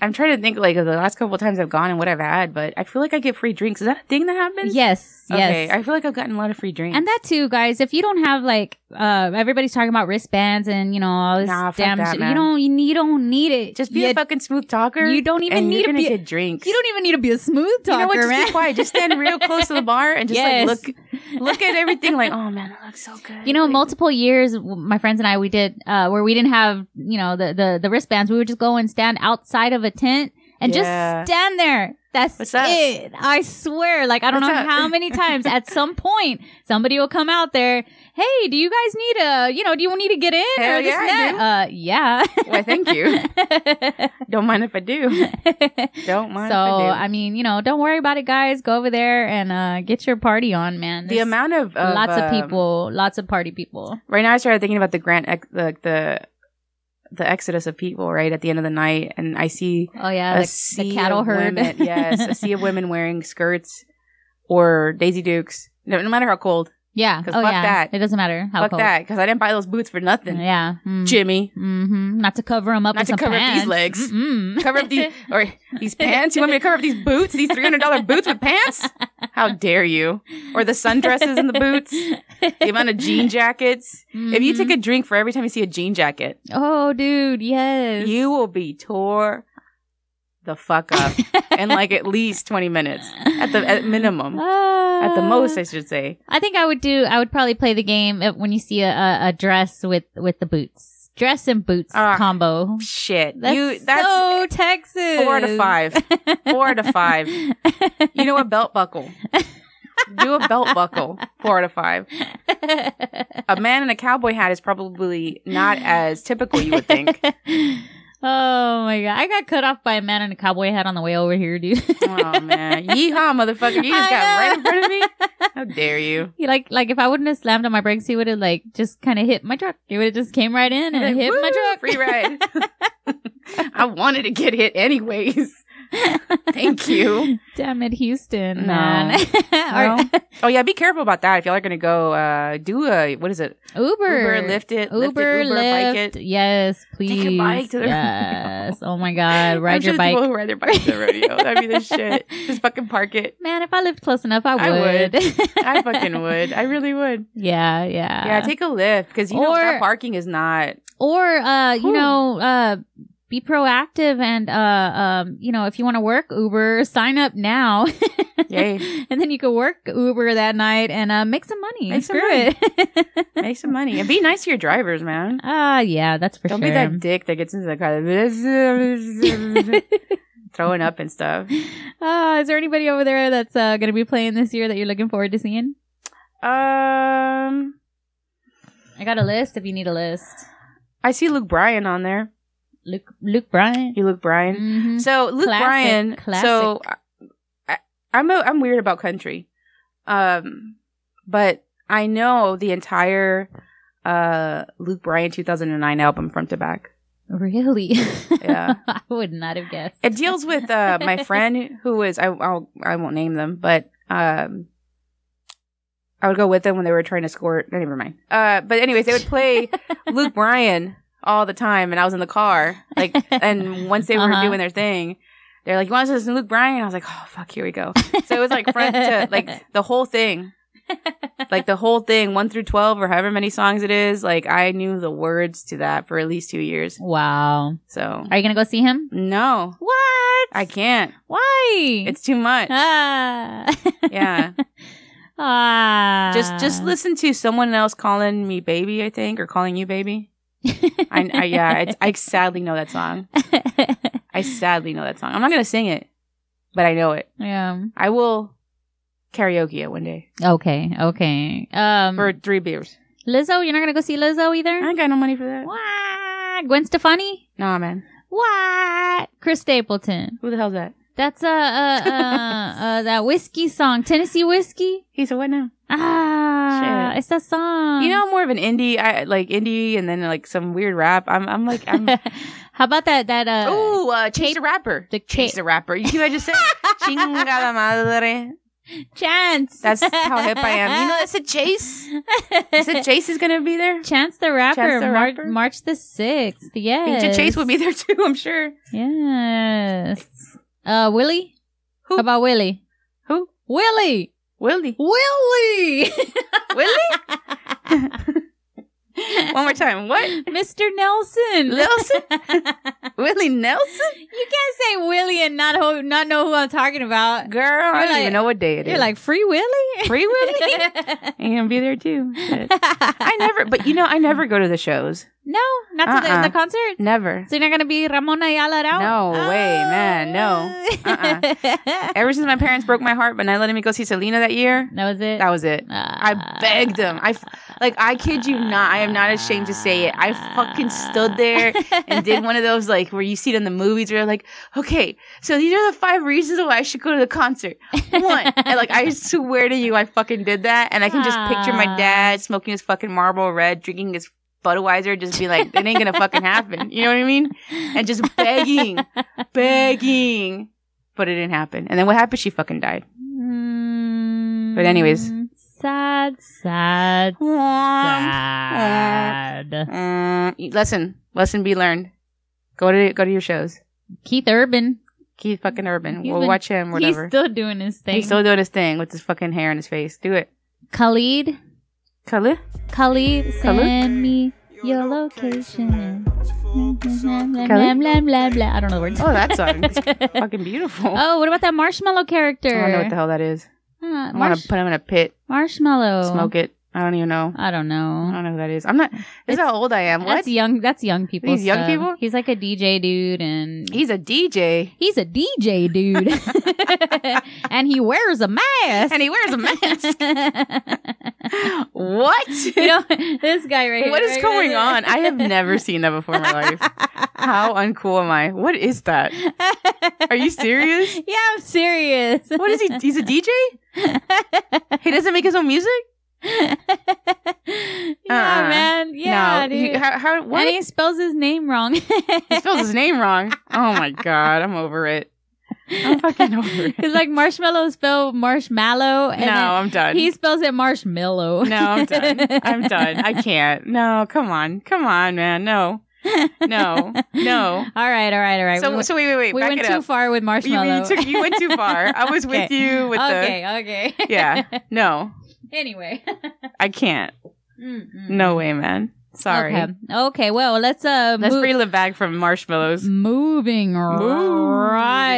Speaker 2: I'm trying to think like of the last couple of times I've gone and what I've had, but I feel like I get free drinks. Is that a thing that happens?
Speaker 1: yes yes
Speaker 2: Okay, I feel like I've gotten a lot of free drinks.
Speaker 1: and that too guys if you don't have like uh everybody's talking about wristbands and you know all this
Speaker 2: Nah, fuck
Speaker 1: damn
Speaker 2: that,
Speaker 1: shit you
Speaker 2: man.
Speaker 1: don't you, need- you don't need it
Speaker 2: just be
Speaker 1: you,
Speaker 2: a fucking smooth talker.
Speaker 1: you don't even
Speaker 2: and
Speaker 1: need
Speaker 2: you're
Speaker 1: to
Speaker 2: gonna
Speaker 1: be
Speaker 2: get drinks.
Speaker 1: you don't even need to be a smooth
Speaker 2: You
Speaker 1: talker
Speaker 2: know what? Just
Speaker 1: man
Speaker 2: be quiet. Just stand real close to the bar and just
Speaker 1: Yes.
Speaker 2: like look, look at everything. Like, oh man, that looks so good.
Speaker 1: You know,
Speaker 2: Like,
Speaker 1: multiple years, w- my friends and I, we did, uh, where we didn't have, you know, the, the, the wristbands. We would just go and stand outside of a tent and
Speaker 2: Yeah.
Speaker 1: just stand there. That's
Speaker 2: What's up?
Speaker 1: it. I swear. Like, I don't
Speaker 2: What's
Speaker 1: know
Speaker 2: up?
Speaker 1: how many times at some point somebody will come out there. Hey, do you guys need a, you know, do you need to get in
Speaker 2: Hell
Speaker 1: or this
Speaker 2: yeah,
Speaker 1: and
Speaker 2: I
Speaker 1: that? Uh, yeah.
Speaker 2: Why, thank you. Don't mind if I do. Don't
Speaker 1: so,
Speaker 2: mind if I do.
Speaker 1: I mean, you know, don't worry about it, guys. Go over there and, uh, get your party on, man.
Speaker 2: the
Speaker 1: There's
Speaker 2: amount of, of,
Speaker 1: lots of
Speaker 2: um,
Speaker 1: people, lots of party people.
Speaker 2: Right now, I started thinking about the grant, ex- like the the exodus of people. Right at the end of the night, and I see
Speaker 1: Oh yeah,
Speaker 2: a
Speaker 1: the- the,
Speaker 2: sea
Speaker 1: cattle
Speaker 2: of
Speaker 1: herd.
Speaker 2: Women, yes, a sea of women wearing skirts or Daisy Dukes. No, no matter how cold.
Speaker 1: yeah.
Speaker 2: 'Cause
Speaker 1: Oh
Speaker 2: fuck
Speaker 1: yeah.
Speaker 2: that.
Speaker 1: It doesn't matter how
Speaker 2: Fuck
Speaker 1: cold.
Speaker 2: that, because I didn't buy those boots for nothing.
Speaker 1: Yeah. Mm.
Speaker 2: Jimmy,
Speaker 1: hmm Not to cover them up.
Speaker 2: Not
Speaker 1: with
Speaker 2: to
Speaker 1: some
Speaker 2: cover up these
Speaker 1: pants.
Speaker 2: legs.
Speaker 1: Mm-mm.
Speaker 2: cover up these or these pants. You want me to cover up these boots? These three hundred dollar boots with pants? How dare you? Or the sundresses and the boots. The amount of jean jackets. If you take a drink for every time you see a jean jacket,
Speaker 1: Mm-hmm. oh, dude, yes.
Speaker 2: you will be tore the fuck up in like at least 20 minutes at the at minimum at the most i should say
Speaker 1: Ah. I think I would do. I would probably play the game if- when you see a, a, a dress with with the boots, dress and boots
Speaker 2: Ah.
Speaker 1: combo.
Speaker 2: shit
Speaker 1: That's
Speaker 2: you that's
Speaker 1: so Texas.
Speaker 2: four to five four to five you know a belt buckle do a belt buckle four to five a man in a cowboy hat is probably not as typical you would think
Speaker 1: Oh my god! I got cut off by a man in a cowboy hat on the way over here, dude.
Speaker 2: Oh man, yeehaw, motherfucker! You
Speaker 1: I
Speaker 2: just got
Speaker 1: know.
Speaker 2: right in front of me. How dare you?
Speaker 1: He, like like if I wouldn't have slammed on my brakes, he would have like just kind of hit my truck. He would have just came right in and
Speaker 2: Like,
Speaker 1: hit my
Speaker 2: woo,
Speaker 1: truck.
Speaker 2: Free ride. I wanted to get hit anyways. Thank you.
Speaker 1: Damn it, Houston,
Speaker 2: No.
Speaker 1: man. Or-
Speaker 2: Oh yeah, be careful about that. If y'all are gonna go, uh, do a what is it?
Speaker 1: Uber,
Speaker 2: Uber, Lyft it,
Speaker 1: Uber,
Speaker 2: Lyft it, Uber, bike
Speaker 1: Lyft.
Speaker 2: it.
Speaker 1: Yes,
Speaker 2: Take
Speaker 1: please.
Speaker 2: your bike to the-
Speaker 1: yes. Oh my god,
Speaker 2: I'm
Speaker 1: ride your
Speaker 2: sure the
Speaker 1: bike.
Speaker 2: People who ride their bikes to the rodeo. Oh, That'd be the shit. Just fucking park it.
Speaker 1: Man, if I lived close enough, I
Speaker 2: I
Speaker 1: would.
Speaker 2: would. I fucking would. I really would.
Speaker 1: Yeah, yeah.
Speaker 2: Yeah, take a lift because you know
Speaker 1: Or-
Speaker 2: that parking is not.
Speaker 1: or uh, you
Speaker 2: Whew.
Speaker 1: know, uh, be proactive and uh, um, you know, if you want to work Uber, sign up now.
Speaker 2: Yay.
Speaker 1: and then you could work Uber that night and uh, make some money.
Speaker 2: Make some
Speaker 1: Screw
Speaker 2: money.
Speaker 1: it.
Speaker 2: Make some money and be nice to your drivers, man.
Speaker 1: Ah, yeah, that's for
Speaker 2: Don't
Speaker 1: sure.
Speaker 2: be that dick that gets into the car, throwing up and stuff.
Speaker 1: Ah, is there anybody over there that's uh, going to be playing this year that you're looking forward to seeing?
Speaker 2: Um,
Speaker 1: I got a list. If you need a list,
Speaker 2: I see Luke Bryan on there.
Speaker 1: Luke Luke Bryan.
Speaker 2: You, Luke Bryan.
Speaker 1: Mhm.
Speaker 2: So Luke
Speaker 1: Classic,
Speaker 2: Bryan. So
Speaker 1: classic.
Speaker 2: I, I'm a, I'm weird about country, um, but I know the entire uh Luke Bryan 2009 album front to back.
Speaker 1: Mm-hmm. Really?
Speaker 2: Yeah.
Speaker 1: I would not have guessed.
Speaker 2: It deals with uh, my friend who was I I'll, I won't name them, but um, I would go with them when they were trying to score. no, Never mind. Uh, but anyways, they would play Luke Bryan all the time, and I was in the car like, and once they were
Speaker 1: Uh-huh.
Speaker 2: doing their thing, they're like, "You want to listen to Luke Bryan?" I was like, "Oh fuck, here we go." So it was like front to like the whole thing. Like the whole thing, one through twelve, or however many songs it is, like I knew the words to that for at least two years.
Speaker 1: Wow.
Speaker 2: So
Speaker 1: Are you gonna go see him?
Speaker 2: no,
Speaker 1: What?
Speaker 2: I can't.
Speaker 1: Why?
Speaker 2: It's too much.
Speaker 1: ah.
Speaker 2: Yeah.
Speaker 1: ah.
Speaker 2: Just just listen to someone else calling me baby, I think, or calling you baby. I, I yeah, it's, I sadly know that song. I sadly know that song. I'm not gonna sing it, but I know it.
Speaker 1: yeah.
Speaker 2: I will karaoke it one day
Speaker 1: Okay. Okay. Um.
Speaker 2: for three beers.
Speaker 1: Lizzo, you're not gonna go see Lizzo
Speaker 2: I
Speaker 1: either.
Speaker 2: ain't got no money for that.
Speaker 1: What? Gwen Stefani.
Speaker 2: Nah, man.
Speaker 1: What? Chris Stapleton.
Speaker 2: Who the hell's that?
Speaker 1: That's uh, uh, uh, uh that whiskey song, Tennessee whiskey.
Speaker 2: He's a what now?
Speaker 1: Ah,
Speaker 2: Shit.
Speaker 1: it's that song.
Speaker 2: You know, I'm more of an indie, I like indie, and then like some weird rap. I'm I'm like I'm.
Speaker 1: how about that? That uh,
Speaker 2: Ooh, uh, chase
Speaker 1: Tape-
Speaker 2: the rapper.
Speaker 1: the
Speaker 2: Chase
Speaker 1: cha-
Speaker 2: the rapper. You see what I just said? Chingada madre.
Speaker 1: chance.
Speaker 2: That's how hip I am. You know, that's a chase. Is it Chase is gonna be there?
Speaker 1: Chance the Rapper,
Speaker 2: Chance the
Speaker 1: Mar-
Speaker 2: Rapper?
Speaker 1: March the 6th.
Speaker 2: I
Speaker 1: Yes.
Speaker 2: think Chase will be there too. I'm sure.
Speaker 1: Yes. Uh, Willie?
Speaker 2: Who?
Speaker 1: How about Willie?
Speaker 2: Who?
Speaker 1: Willie!
Speaker 2: Willie.
Speaker 1: Willie!
Speaker 2: Willie. One more time. What?
Speaker 1: Mr. Nelson.
Speaker 2: Nelson?
Speaker 1: you can't
Speaker 2: Willie Nelson?
Speaker 1: say Willie and not, ho- not know who I'm talking about.
Speaker 2: Girl, I don't
Speaker 1: like-
Speaker 2: even know what day it is.
Speaker 1: You're like, Free Willie?
Speaker 2: free Willie. Ain't gonna be there too. Shit. I never. But you know, I never go to the shows.
Speaker 1: No, not to
Speaker 2: Uh-uh.
Speaker 1: the, the concert.
Speaker 2: Never.
Speaker 1: So you're not gonna be Ramona Ayala Ah. out?
Speaker 2: No way, man, no. Uh-uh. Ever since my parents broke my heart by not letting me go see Selena that year,
Speaker 1: that was it. Ah.
Speaker 2: that was it. I begged them. I f- like. I kid you not. I am not ashamed to say it. I fucking stood there and did one of those like where you see it in the movies where you're like, okay, so these are the five reasons why I should go to the concert. One, and like I swear to you, I fucking did that, and I can just picture my
Speaker 1: Ah.
Speaker 2: dad smoking his fucking Marlboro Red, drinking his Budweiser, just be like, it ain't gonna fucking happen. You know what I mean? And just begging, begging, but it didn't happen. And then what happened? She fucking died.
Speaker 1: Mm,
Speaker 2: But anyways.
Speaker 1: sad, sad, sad.
Speaker 2: Mm, lesson, lesson be learned. Go to go to your shows.
Speaker 1: Keith Urban,
Speaker 2: Keith fucking Urban.
Speaker 1: He's
Speaker 2: we'll
Speaker 1: been-
Speaker 2: watch him. Whatever.
Speaker 1: he's still doing his thing.
Speaker 2: He's still doing his thing with his fucking hair in his face. Do it.
Speaker 1: Khalid,
Speaker 2: Khalid?
Speaker 1: Khalid, send
Speaker 2: Khalid?
Speaker 1: me your location. Blah, blah,
Speaker 2: Khalid?
Speaker 1: blah, blah, blah. I don't know the words.
Speaker 2: Oh, that song. It's fucking beautiful.
Speaker 1: Oh, what about that marshmallow character?
Speaker 2: I don't know what the hell that is.
Speaker 1: Huh,
Speaker 2: I want
Speaker 1: marsh- Oh.
Speaker 2: to put him in a pit,
Speaker 1: marshmallow.
Speaker 2: smoke it. I don't even know.
Speaker 1: I don't
Speaker 2: I
Speaker 1: know.
Speaker 2: don't know who that is. I'm not. This is how old I am. What?
Speaker 1: That's young. That's young people.
Speaker 2: These young
Speaker 1: stuff.
Speaker 2: people?
Speaker 1: He's like a DJ dude, and
Speaker 2: He's a DJ
Speaker 1: he's a DJ dude, and he wears a mask.
Speaker 2: and he wears a mask. what?
Speaker 1: you know, this guy right here.
Speaker 2: what is
Speaker 1: right
Speaker 2: going
Speaker 1: here.
Speaker 2: on? I have never seen that before in my life. How uncool am I? What is that? Are you serious?
Speaker 1: Yeah, I'm serious.
Speaker 2: What is he? He's a DJ? He doesn't make his own music?
Speaker 1: yeah, man. Yeah,
Speaker 2: Uh-uh. no.
Speaker 1: dude.
Speaker 2: He- how, how, what?
Speaker 1: And he spells his name wrong.
Speaker 2: He spells his name wrong. Oh my god, I'm over it. I'm fucking over it.
Speaker 1: Because like marshmallow spelled marshmallow,
Speaker 2: no,
Speaker 1: and
Speaker 2: I'm done.
Speaker 1: then he spells it marshmallow.
Speaker 2: no, I'm done. I'm done. I can't. No, come on, come on, man. No, no, no.
Speaker 1: All right, all right, all right.
Speaker 2: so,
Speaker 1: we, went-
Speaker 2: so wait, wait, wait.
Speaker 1: we
Speaker 2: Back
Speaker 1: went
Speaker 2: it
Speaker 1: too
Speaker 2: up.
Speaker 1: far with
Speaker 2: You- you,
Speaker 1: marshmallow.
Speaker 2: took- you went too far. I was with
Speaker 1: Okay.
Speaker 2: you with
Speaker 1: okay, okay.
Speaker 2: the yeah. No,
Speaker 1: anyway.
Speaker 2: I can't.
Speaker 1: Mm, mm.
Speaker 2: No way, man. Sorry.
Speaker 1: Okay. Okay. Well, let's uh
Speaker 2: Let's
Speaker 1: move-
Speaker 2: reel it back from marshmallows.
Speaker 1: moving right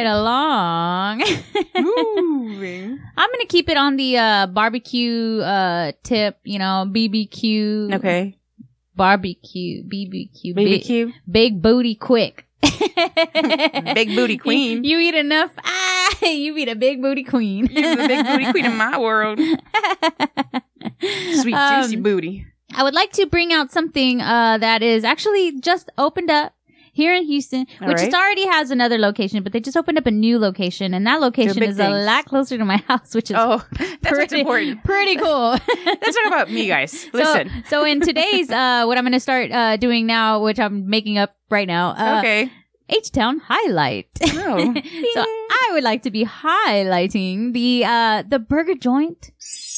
Speaker 2: Moving.
Speaker 1: along.
Speaker 2: Moving.
Speaker 1: I'm gonna keep it on the uh, barbecue uh, tip. You know, BBQ.
Speaker 2: Okay.
Speaker 1: Barbecue, BBQ, big-
Speaker 2: BBQ.
Speaker 1: big booty quick.
Speaker 2: Big booty queen.
Speaker 1: You, eat enough. Ah, you be the big booty queen.
Speaker 2: You're the big booty queen in my world. Sweet juicy
Speaker 1: Um,
Speaker 2: booty.
Speaker 1: I would like to bring out something uh, that is actually just opened up here in Houston,
Speaker 2: All
Speaker 1: which
Speaker 2: right.
Speaker 1: just already has another location, but they just opened up a new location, and that location
Speaker 2: big
Speaker 1: is a
Speaker 2: things.
Speaker 1: lot closer to my house, which is
Speaker 2: Oh, that's what's
Speaker 1: pretty,
Speaker 2: important.
Speaker 1: pretty cool.
Speaker 2: Let's talk about me, guys. Listen.
Speaker 1: So, so in today's, uh, what I'm going to start uh, doing now, which I'm making up right now, uh,
Speaker 2: okay.
Speaker 1: H Town highlight.
Speaker 2: No.
Speaker 1: so I would like to be highlighting the uh, the burger joint,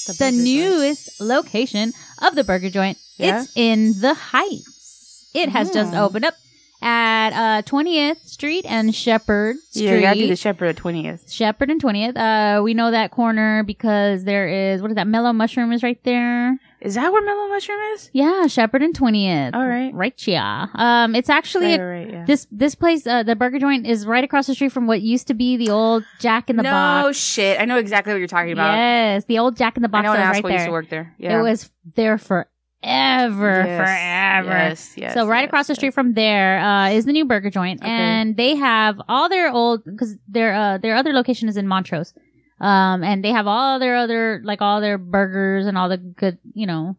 Speaker 1: the,
Speaker 2: burger joint.
Speaker 1: newest location of the burger joint.
Speaker 2: Yeah.
Speaker 1: It's in the Heights. It has just
Speaker 2: Oh.
Speaker 1: opened up at uh, Twentieth Street and Shepherd Street.
Speaker 2: Yeah, you gotta do the shepherd at twentieth.
Speaker 1: Shepherd and 20th. Uh, we know that corner because there is, what is that? Mellow Mushroom is right there.
Speaker 2: Is that where mellow mushroom is?
Speaker 1: Yeah, Shepherd and 20th.
Speaker 2: All right.
Speaker 1: Right, yeah. Um, it's actually
Speaker 2: Right,
Speaker 1: a,
Speaker 2: right, yeah.
Speaker 1: this this place, uh, the burger joint, is right across the street from what used to be the old Jack in the
Speaker 2: no
Speaker 1: Box.
Speaker 2: shit. I know exactly what you're talking about.
Speaker 1: Yes, the old Jack in the
Speaker 2: I
Speaker 1: Box
Speaker 2: know
Speaker 1: that
Speaker 2: an
Speaker 1: was
Speaker 2: asshole
Speaker 1: right
Speaker 2: used to
Speaker 1: there.
Speaker 2: work there. Yeah.
Speaker 1: It was there forever,
Speaker 2: Yes,
Speaker 1: forever.
Speaker 2: Yes, yes.
Speaker 1: so right
Speaker 2: yes,
Speaker 1: across the
Speaker 2: yes.
Speaker 1: street from there uh, is the new burger joint,
Speaker 2: Okay.
Speaker 1: and they have all their old because their uh, their other location is in Montrose, um, and they have all their other like all their burgers and all the good you know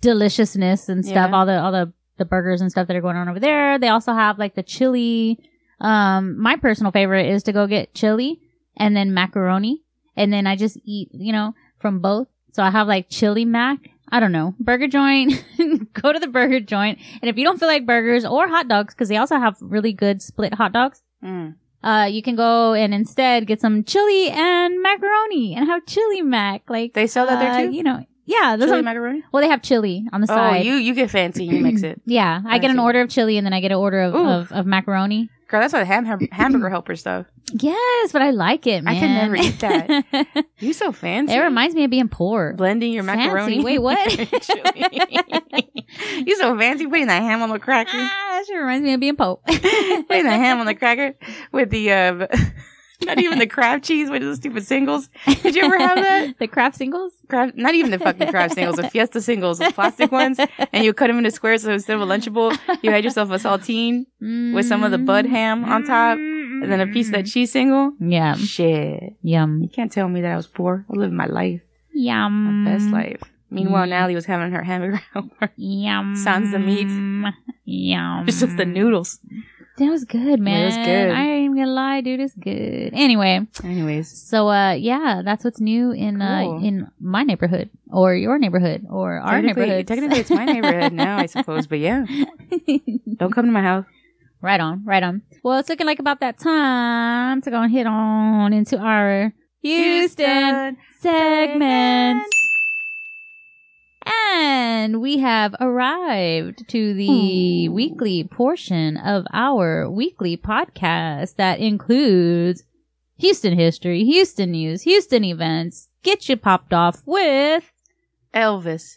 Speaker 1: deliciousness and stuff,
Speaker 2: Yeah.
Speaker 1: all the all the the burgers and stuff that are going on over there. They also have like the chili. Um, my personal favorite is to go get chili and then macaroni, and then I just eat you know from both. So I have like chili mac. I don't know. Burger joint. go to the burger joint. And if you don't feel like burgers or hot dogs, because they also have really good split hot dogs,
Speaker 2: Mm.
Speaker 1: uh, you can go and instead get some chili and macaroni and have chili mac. Like
Speaker 2: They sell that there
Speaker 1: uh,
Speaker 2: too?
Speaker 1: You know, yeah. Those
Speaker 2: Chili
Speaker 1: are,
Speaker 2: macaroni?
Speaker 1: well, they have chili on the
Speaker 2: Oh,
Speaker 1: side.
Speaker 2: you you get fancy and you mix it.
Speaker 1: yeah, I
Speaker 2: I
Speaker 1: get an
Speaker 2: see.
Speaker 1: order of chili and then I get an order of,
Speaker 2: Ooh.
Speaker 1: of, of macaroni.
Speaker 2: Girl, that's what ham, ham- hamburger helper stuff.
Speaker 1: Yes, but I like it,
Speaker 2: I
Speaker 1: man.
Speaker 2: could never eat that. You so fancy.
Speaker 1: it reminds me of being poor.
Speaker 2: blending your
Speaker 1: Fancy.
Speaker 2: macaroni.
Speaker 1: Wait, what?
Speaker 2: and chili. you so fancy putting that ham on the cracker.
Speaker 1: Ah, that shit reminds me of being poor.
Speaker 2: putting the ham on the cracker with the uh, not even the crab cheese with the stupid singles. Did you ever have that?
Speaker 1: the craft singles?
Speaker 2: Crab, not even the fucking crab singles, the Fiesta singles, the plastic ones, and you cut them into squares. So instead of a Lunchable, you had yourself a saltine
Speaker 1: Mm-hmm.
Speaker 2: with some of the bud ham on top, and then a piece of that cheese single. Um,
Speaker 1: Yeah.
Speaker 2: Shit,
Speaker 1: Mm-hmm. Yum.
Speaker 2: you can't tell me that I was poor. I lived my life,
Speaker 1: Yum.
Speaker 2: my best life. Meanwhile,
Speaker 1: Mm.
Speaker 2: Natalie was having her hamburger. helper.
Speaker 1: Yum.
Speaker 2: Sans the meat.
Speaker 1: Yum.
Speaker 2: it's just the noodles.
Speaker 1: That was good, man.
Speaker 2: Yeah, it was good.
Speaker 1: I ain't even gonna lie, dude. It's good. Anyway,
Speaker 2: Anyways,
Speaker 1: so uh, yeah, that's what's new in uh
Speaker 2: Cool.
Speaker 1: in my neighborhood or your neighborhood or our
Speaker 2: technically-
Speaker 1: neighborhood.
Speaker 2: Technically, it's my neighborhood now, I suppose. But yeah, don't come to my house.
Speaker 1: Right on, right on. Well, it's looking like about that time to go and hit on into our Houston segments. And we have arrived to the
Speaker 2: Ooh.
Speaker 1: weekly portion of our weekly podcast that includes Houston history, Houston news, Houston events. Get you popped off with
Speaker 2: Elvis.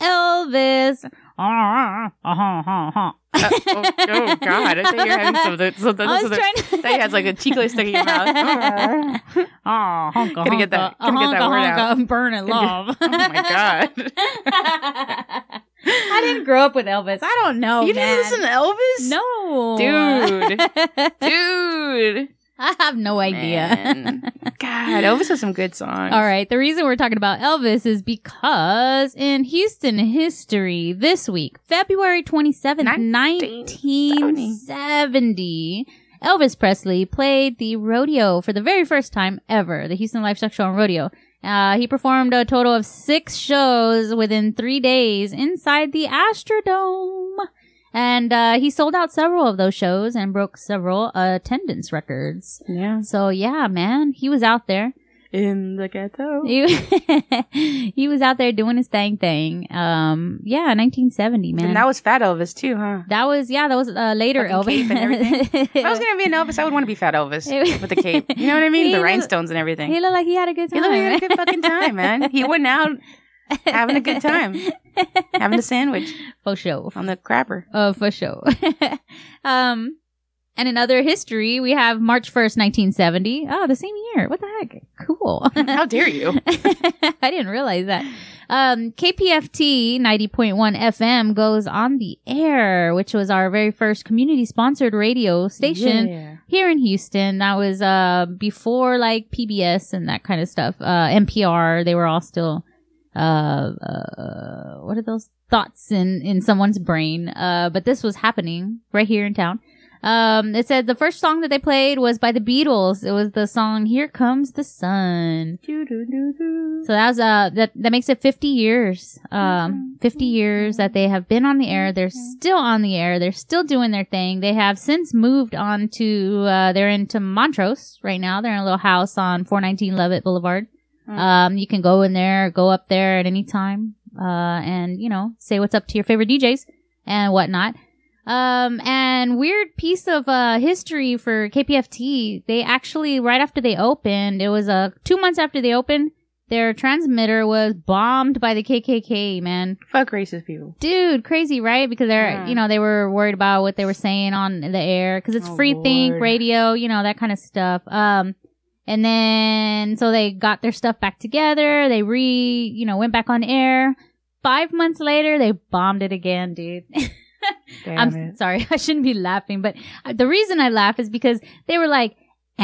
Speaker 1: Elvis. Ah, ah, ah, ah, ah.
Speaker 2: Uh, oh, oh, God! I thought you were having something. something,
Speaker 1: I was
Speaker 2: something.
Speaker 1: trying
Speaker 2: I thought you had like a cheeklet stuck in your mouth.
Speaker 1: Oh, honka,
Speaker 2: Gotta get
Speaker 1: honka,
Speaker 2: that-
Speaker 1: a
Speaker 2: gotta get that
Speaker 1: honka,
Speaker 2: word
Speaker 1: honka,
Speaker 2: out.
Speaker 1: I'm burning love.
Speaker 2: oh my God!
Speaker 1: god. I didn't grow up with Elvis. I don't know.
Speaker 2: you didn't
Speaker 1: man.
Speaker 2: listen to Elvis?
Speaker 1: No.
Speaker 2: Dude. dude.
Speaker 1: I have no idea.
Speaker 2: Man. God, Elvis has some good songs.
Speaker 1: All right. The reason we're talking about Elvis is because in Houston history this week, February 27th, 1970, Elvis Presley played the rodeo for the very first time ever, the Houston Livestock Show and Rodeo. Uh, he performed a total of six shows within three days inside the Astrodome. And uh, he sold out several of those shows and broke several attendance records.
Speaker 2: Yeah.
Speaker 1: So yeah, man, he was out there.
Speaker 2: In the ghetto.
Speaker 1: He, he was out there doing his thing thing. Um, yeah, 1970, man.
Speaker 2: And that was Fat Elvis too, huh?
Speaker 1: That was yeah, that was uh, later
Speaker 2: Fucking
Speaker 1: Elvis.
Speaker 2: cape and everything. If I was gonna be an Elvis, I would want to be Fat Elvis with the cape. You know what I mean?
Speaker 1: He
Speaker 2: The
Speaker 1: looked-
Speaker 2: rhinestones and everything.
Speaker 1: he looked like he had a good
Speaker 2: He
Speaker 1: time.
Speaker 2: looked like he had a good fucking time, man. He went out having a good time, having a sandwich
Speaker 1: for sure.
Speaker 2: on the crapper.
Speaker 1: Uh, for sure. um, and in other history, we have March 1st, 1970. Oh, the same year. What the heck? Cool.
Speaker 2: How dare you?
Speaker 1: I didn't realize that. Um, KPFT 90.1 FM goes on the air, which was our very first community sponsored radio station
Speaker 2: Yeah.
Speaker 1: here in Houston. That was, uh, before like PBS and that kind of stuff. Uh, NPR, they were all still, uh, uh, what are those thoughts in, in someone's brain? Uh, but this was happening right here in town. Um, it said the first song that they played was by the Beatles. It was the song Here Comes the Sun.
Speaker 2: Doo-doo-doo-doo.
Speaker 1: So that was uh that that makes it 50 years. Um 50 years that they have been on the air. They're still on the air. They're still doing their thing. They have since moved on to uh they're into Montrose right now. They're in a little house on 419 Levitt Boulevard.
Speaker 2: Mm.
Speaker 1: Um you can go in there, go up there at any time uh and you know, say what's up to your favorite DJs and whatnot. Um, and weird piece of uh, history for KPFT. They actually, right after they opened, it was uh, two months after they opened, their transmitter was bombed by the KKK, man.
Speaker 2: Fuck racist people.
Speaker 1: Dude, crazy, right? Because they're,
Speaker 2: Yeah.
Speaker 1: you know, they were worried about what they were saying on the air because it's
Speaker 2: Oh,
Speaker 1: free think
Speaker 2: Lord.
Speaker 1: radio, you know, that kind of stuff. Um, and then so they got their stuff back together. They re, you know, went back on air. Five months later, they bombed it again, dude.
Speaker 2: Damn
Speaker 1: I'm
Speaker 2: it.
Speaker 1: sorry, I shouldn't be laughing, but uh, the reason I laugh is because they were like,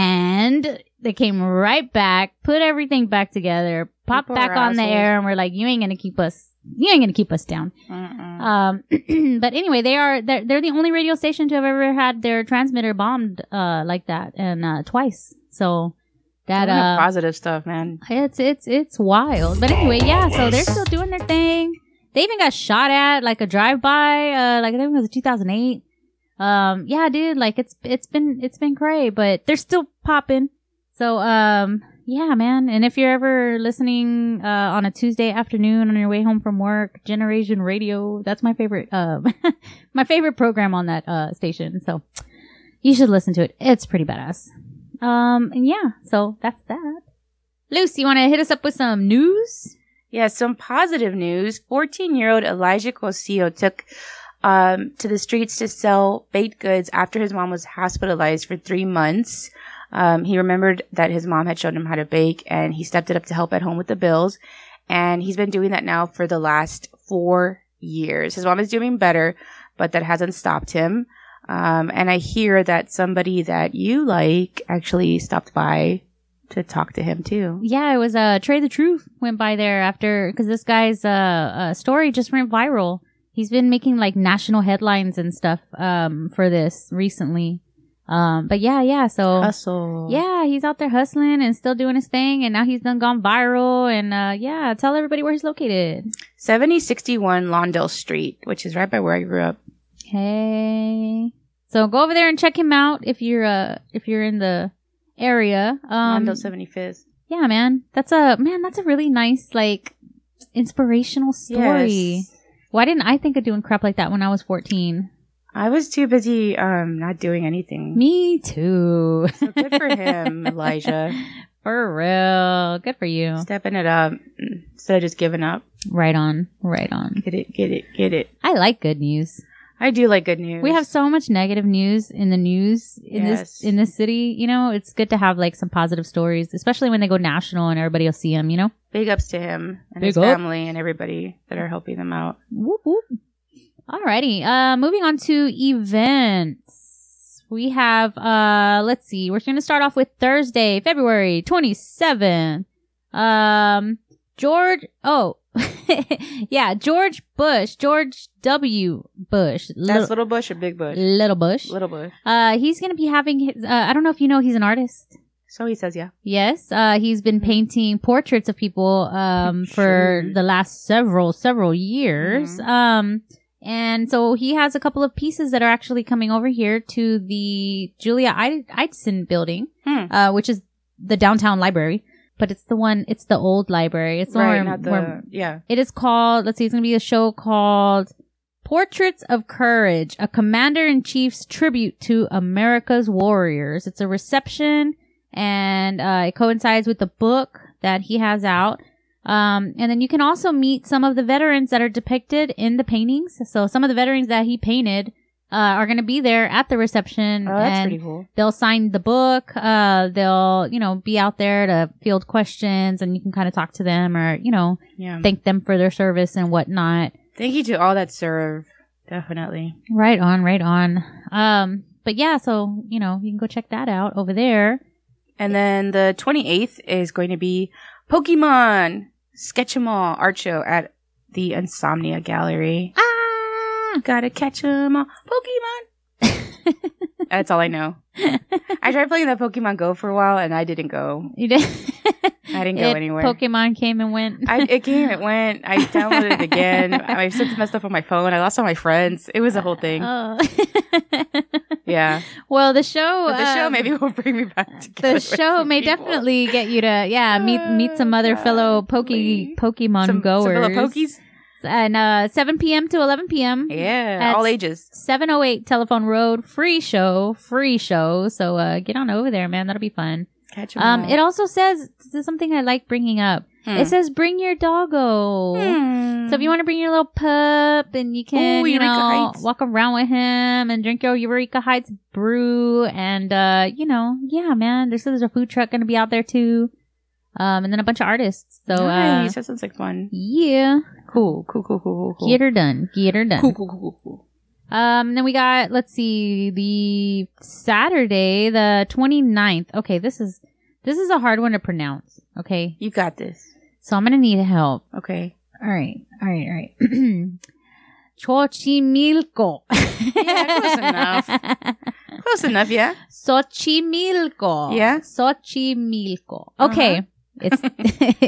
Speaker 1: and they came right back, put everything back together, popped
Speaker 2: People
Speaker 1: back
Speaker 2: are
Speaker 1: on the
Speaker 2: assholes.
Speaker 1: air, and we're like, you ain't gonna keep us, you ain't gonna keep us down.
Speaker 2: Mm-mm.
Speaker 1: Um, but anyway, they are they're, they're the only radio station to have ever had their transmitter bombed uh like that, and uh, twice. So that
Speaker 2: We're
Speaker 1: uh,
Speaker 2: on positive stuff, man.
Speaker 1: it's it's it's wild. But anyway, yeah. So they're still doing their thing. They even got shot at like a drive by. Uh, like I think it was 2008. Um, yeah, dude. Like it's it's been it's been cray, but they're still popping. So um, yeah, man. And if you're ever listening uh, on a Tuesday afternoon on your way home from work, Generation Radio. That's my favorite. Um, my favorite program on that uh station. So you should listen to it. It's pretty badass. Um, and yeah. So that's that. Lucy, you want to hit us up with some news?
Speaker 2: Yeah, some positive news. 14 year old Elijah Cosio took um, to the streets to sell baked goods after his mom was hospitalized for three months. Um, he remembered that his mom had shown him how to bake and he stepped it up to help at home with the bills. And he's been doing that now for the last four years. His mom is doing better, but that hasn't stopped him. Um, and I hear that somebody that you like actually stopped by to talk to him too.
Speaker 1: Yeah, it was uh, Trey the Truth went by there after because this guy's uh, uh, story just went viral. He's been making like national headlines and stuff um, for this recently. Um, but yeah, yeah. So
Speaker 2: Hustle.
Speaker 1: yeah, he's out there hustling and still doing his thing, and now he's done gone viral. And uh, yeah, tell everybody where he's located.
Speaker 2: 7061 Lawndale Street, which is right by where I grew up.
Speaker 1: Hey, so go over there and check him out if you're uh, if you're in the area. Um,
Speaker 2: Lawndale 75th.
Speaker 1: Yeah, man. That's a man, that's a really nice, like inspirational story.
Speaker 2: Yes.
Speaker 1: Why didn't I think of doing crap like that when I was fourteen?
Speaker 2: I was too busy um not doing anything.
Speaker 1: Me too.
Speaker 2: So good for him, Elijah.
Speaker 1: For real. Good for you.
Speaker 2: Stepping it up instead of just giving up.
Speaker 1: Right on. Right on.
Speaker 2: Get it, get it, get it.
Speaker 1: I like good news.
Speaker 2: I do like good news.
Speaker 1: We have so much negative news in the news in
Speaker 2: Yes.
Speaker 1: this in this city. You know, it's good to have like some positive stories, especially when they go national and everybody will see them. You know.
Speaker 2: big ups to him and his
Speaker 1: Big up.
Speaker 2: family and everybody that are helping them out.
Speaker 1: Whoop whoop. Alrighty. Uh, moving on to events. We have, uh, let's see, we're going to start off with Thursday, February 27th. Um, George, oh, yeah, George Bush, George W. Bush,
Speaker 2: That's
Speaker 1: little,
Speaker 2: Little Bush or Big Bush?
Speaker 1: little Bush.
Speaker 2: Little Bush.
Speaker 1: Uh, he's going to be having his, uh, I don't know if you know, he's an artist.
Speaker 2: So he says, yeah.
Speaker 1: Yes, uh, he's been painting portraits of people um, for
Speaker 2: Mm-hmm. Sure.
Speaker 1: the last several several years.
Speaker 2: Mhm.
Speaker 1: Um, and so he has a couple of pieces that are actually coming over here to the Julia Eid- Eidson building,
Speaker 2: Hmm.
Speaker 1: uh, which is the downtown library. But it's the one, it's the old library. It's the one
Speaker 2: Right,
Speaker 1: where,
Speaker 2: not the
Speaker 1: where-
Speaker 2: yeah.
Speaker 1: it is called. Let's see, it's going to be a show called Portraits of Courage, a Commander in Chief's tribute to America's warriors. It's a reception, and uh, it coincides with the book that he has out. Um, and then you can also meet some of the veterans that are depicted in the paintings. So some of the veterans that he painted uh, are going to be there at the reception.
Speaker 2: Oh, that's
Speaker 1: Mm, and
Speaker 2: pretty cool.
Speaker 1: they'll sign the book uh they'll you know be out there to field questions and you can kind of talk to them or you know
Speaker 2: Yeah.
Speaker 1: thank them for their service and whatnot
Speaker 2: Thank you to all that serve. Definitely.
Speaker 1: right on right on um but yeah so you know you can go check that out over there
Speaker 2: And then the 28th is going to be Pokemon Sketch 'em All art show at the Insomnia Gallery.
Speaker 1: ah
Speaker 2: Gotta catch 'em all. Pokemon. That's all I know. I tried playing the Pokemon Go for a while and I didn't go.
Speaker 1: you did
Speaker 2: I didn't go
Speaker 1: It-
Speaker 2: anywhere.
Speaker 1: pokemon came and went
Speaker 2: I, it came, it went. I downloaded it again. I sent the messed up on my phone. I lost all my friends. It was a whole thing.
Speaker 1: Oh.
Speaker 2: Yeah.
Speaker 1: well the show
Speaker 2: But the show
Speaker 1: um,
Speaker 2: maybe will bring me back together.
Speaker 1: the
Speaker 2: with
Speaker 1: show
Speaker 2: some
Speaker 1: may
Speaker 2: people.
Speaker 1: definitely get you to yeah meet meet some other fellow poke
Speaker 2: Exactly.
Speaker 1: Pokemon
Speaker 2: some,
Speaker 1: goers
Speaker 2: Some little pokies.
Speaker 1: and uh 7 p.m. to 11 p.m.
Speaker 2: Yeah.
Speaker 1: That's-
Speaker 2: all ages.
Speaker 1: 708 Telephone Road free show, free show. So uh get on over there, man. That'll be fun.
Speaker 2: Catch 'em
Speaker 1: Um
Speaker 2: all.
Speaker 1: it also says this is something I like bringing up.
Speaker 2: Hmm.
Speaker 1: It says bring your doggo.
Speaker 2: Hmm.
Speaker 1: So if you want to bring your little pup and you can,
Speaker 2: Ooh,
Speaker 1: you
Speaker 2: Eureka
Speaker 1: know,
Speaker 2: Heights.
Speaker 1: walk around with him and drink your Eureka Heights brew and, uh, you know, yeah, man, there's, there's a food truck going to be out there too. Um, and then a bunch of artists. So,
Speaker 2: nice.
Speaker 1: uh,
Speaker 2: that sounds like fun.
Speaker 1: yeah,
Speaker 2: Cool, cool, cool, cool, cool, cool.
Speaker 1: get her done, get her done.
Speaker 2: cool, cool, cool, cool, cool.
Speaker 1: Um, then we got, let's see, the Saturday, the 29th. Okay. This is, this is a hard one to pronounce. Okay.
Speaker 2: You got this.
Speaker 1: So I'm going to need help.
Speaker 2: Okay.
Speaker 1: All right, all right, all right. Xochimilco.
Speaker 2: Yeah, close enough. Close enough, yeah.
Speaker 1: Xochimilco.
Speaker 2: Yeah?
Speaker 1: Xochimilco. Okay. It's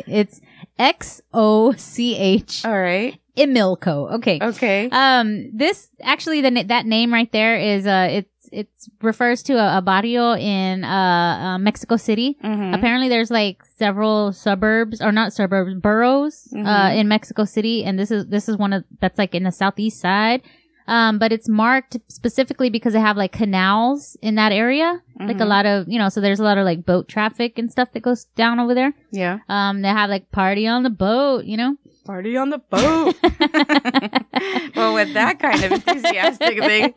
Speaker 1: it's X O C H
Speaker 2: All right.
Speaker 1: Imilco. Oh. Okay.
Speaker 2: Okay.
Speaker 1: Um this actually the na- that name right there is uh it's it's refers to a, a barrio in uh, uh Mexico City.
Speaker 2: Mhm.
Speaker 1: Apparently, there's like several suburbs, or not suburbs, boroughs uh,
Speaker 2: Mhm.
Speaker 1: in Mexico City, and this is this is one of that's like in the southeast side. Um, but it's marked specifically because they have like canals in that area, like a
Speaker 2: Mhm.
Speaker 1: lot of you know. So there's a lot of like boat traffic and stuff that goes down over there.
Speaker 2: Yeah.
Speaker 1: Um, they have like party on the boat, you know.
Speaker 2: Party on the boat. well, with that kind of enthusiastic thing,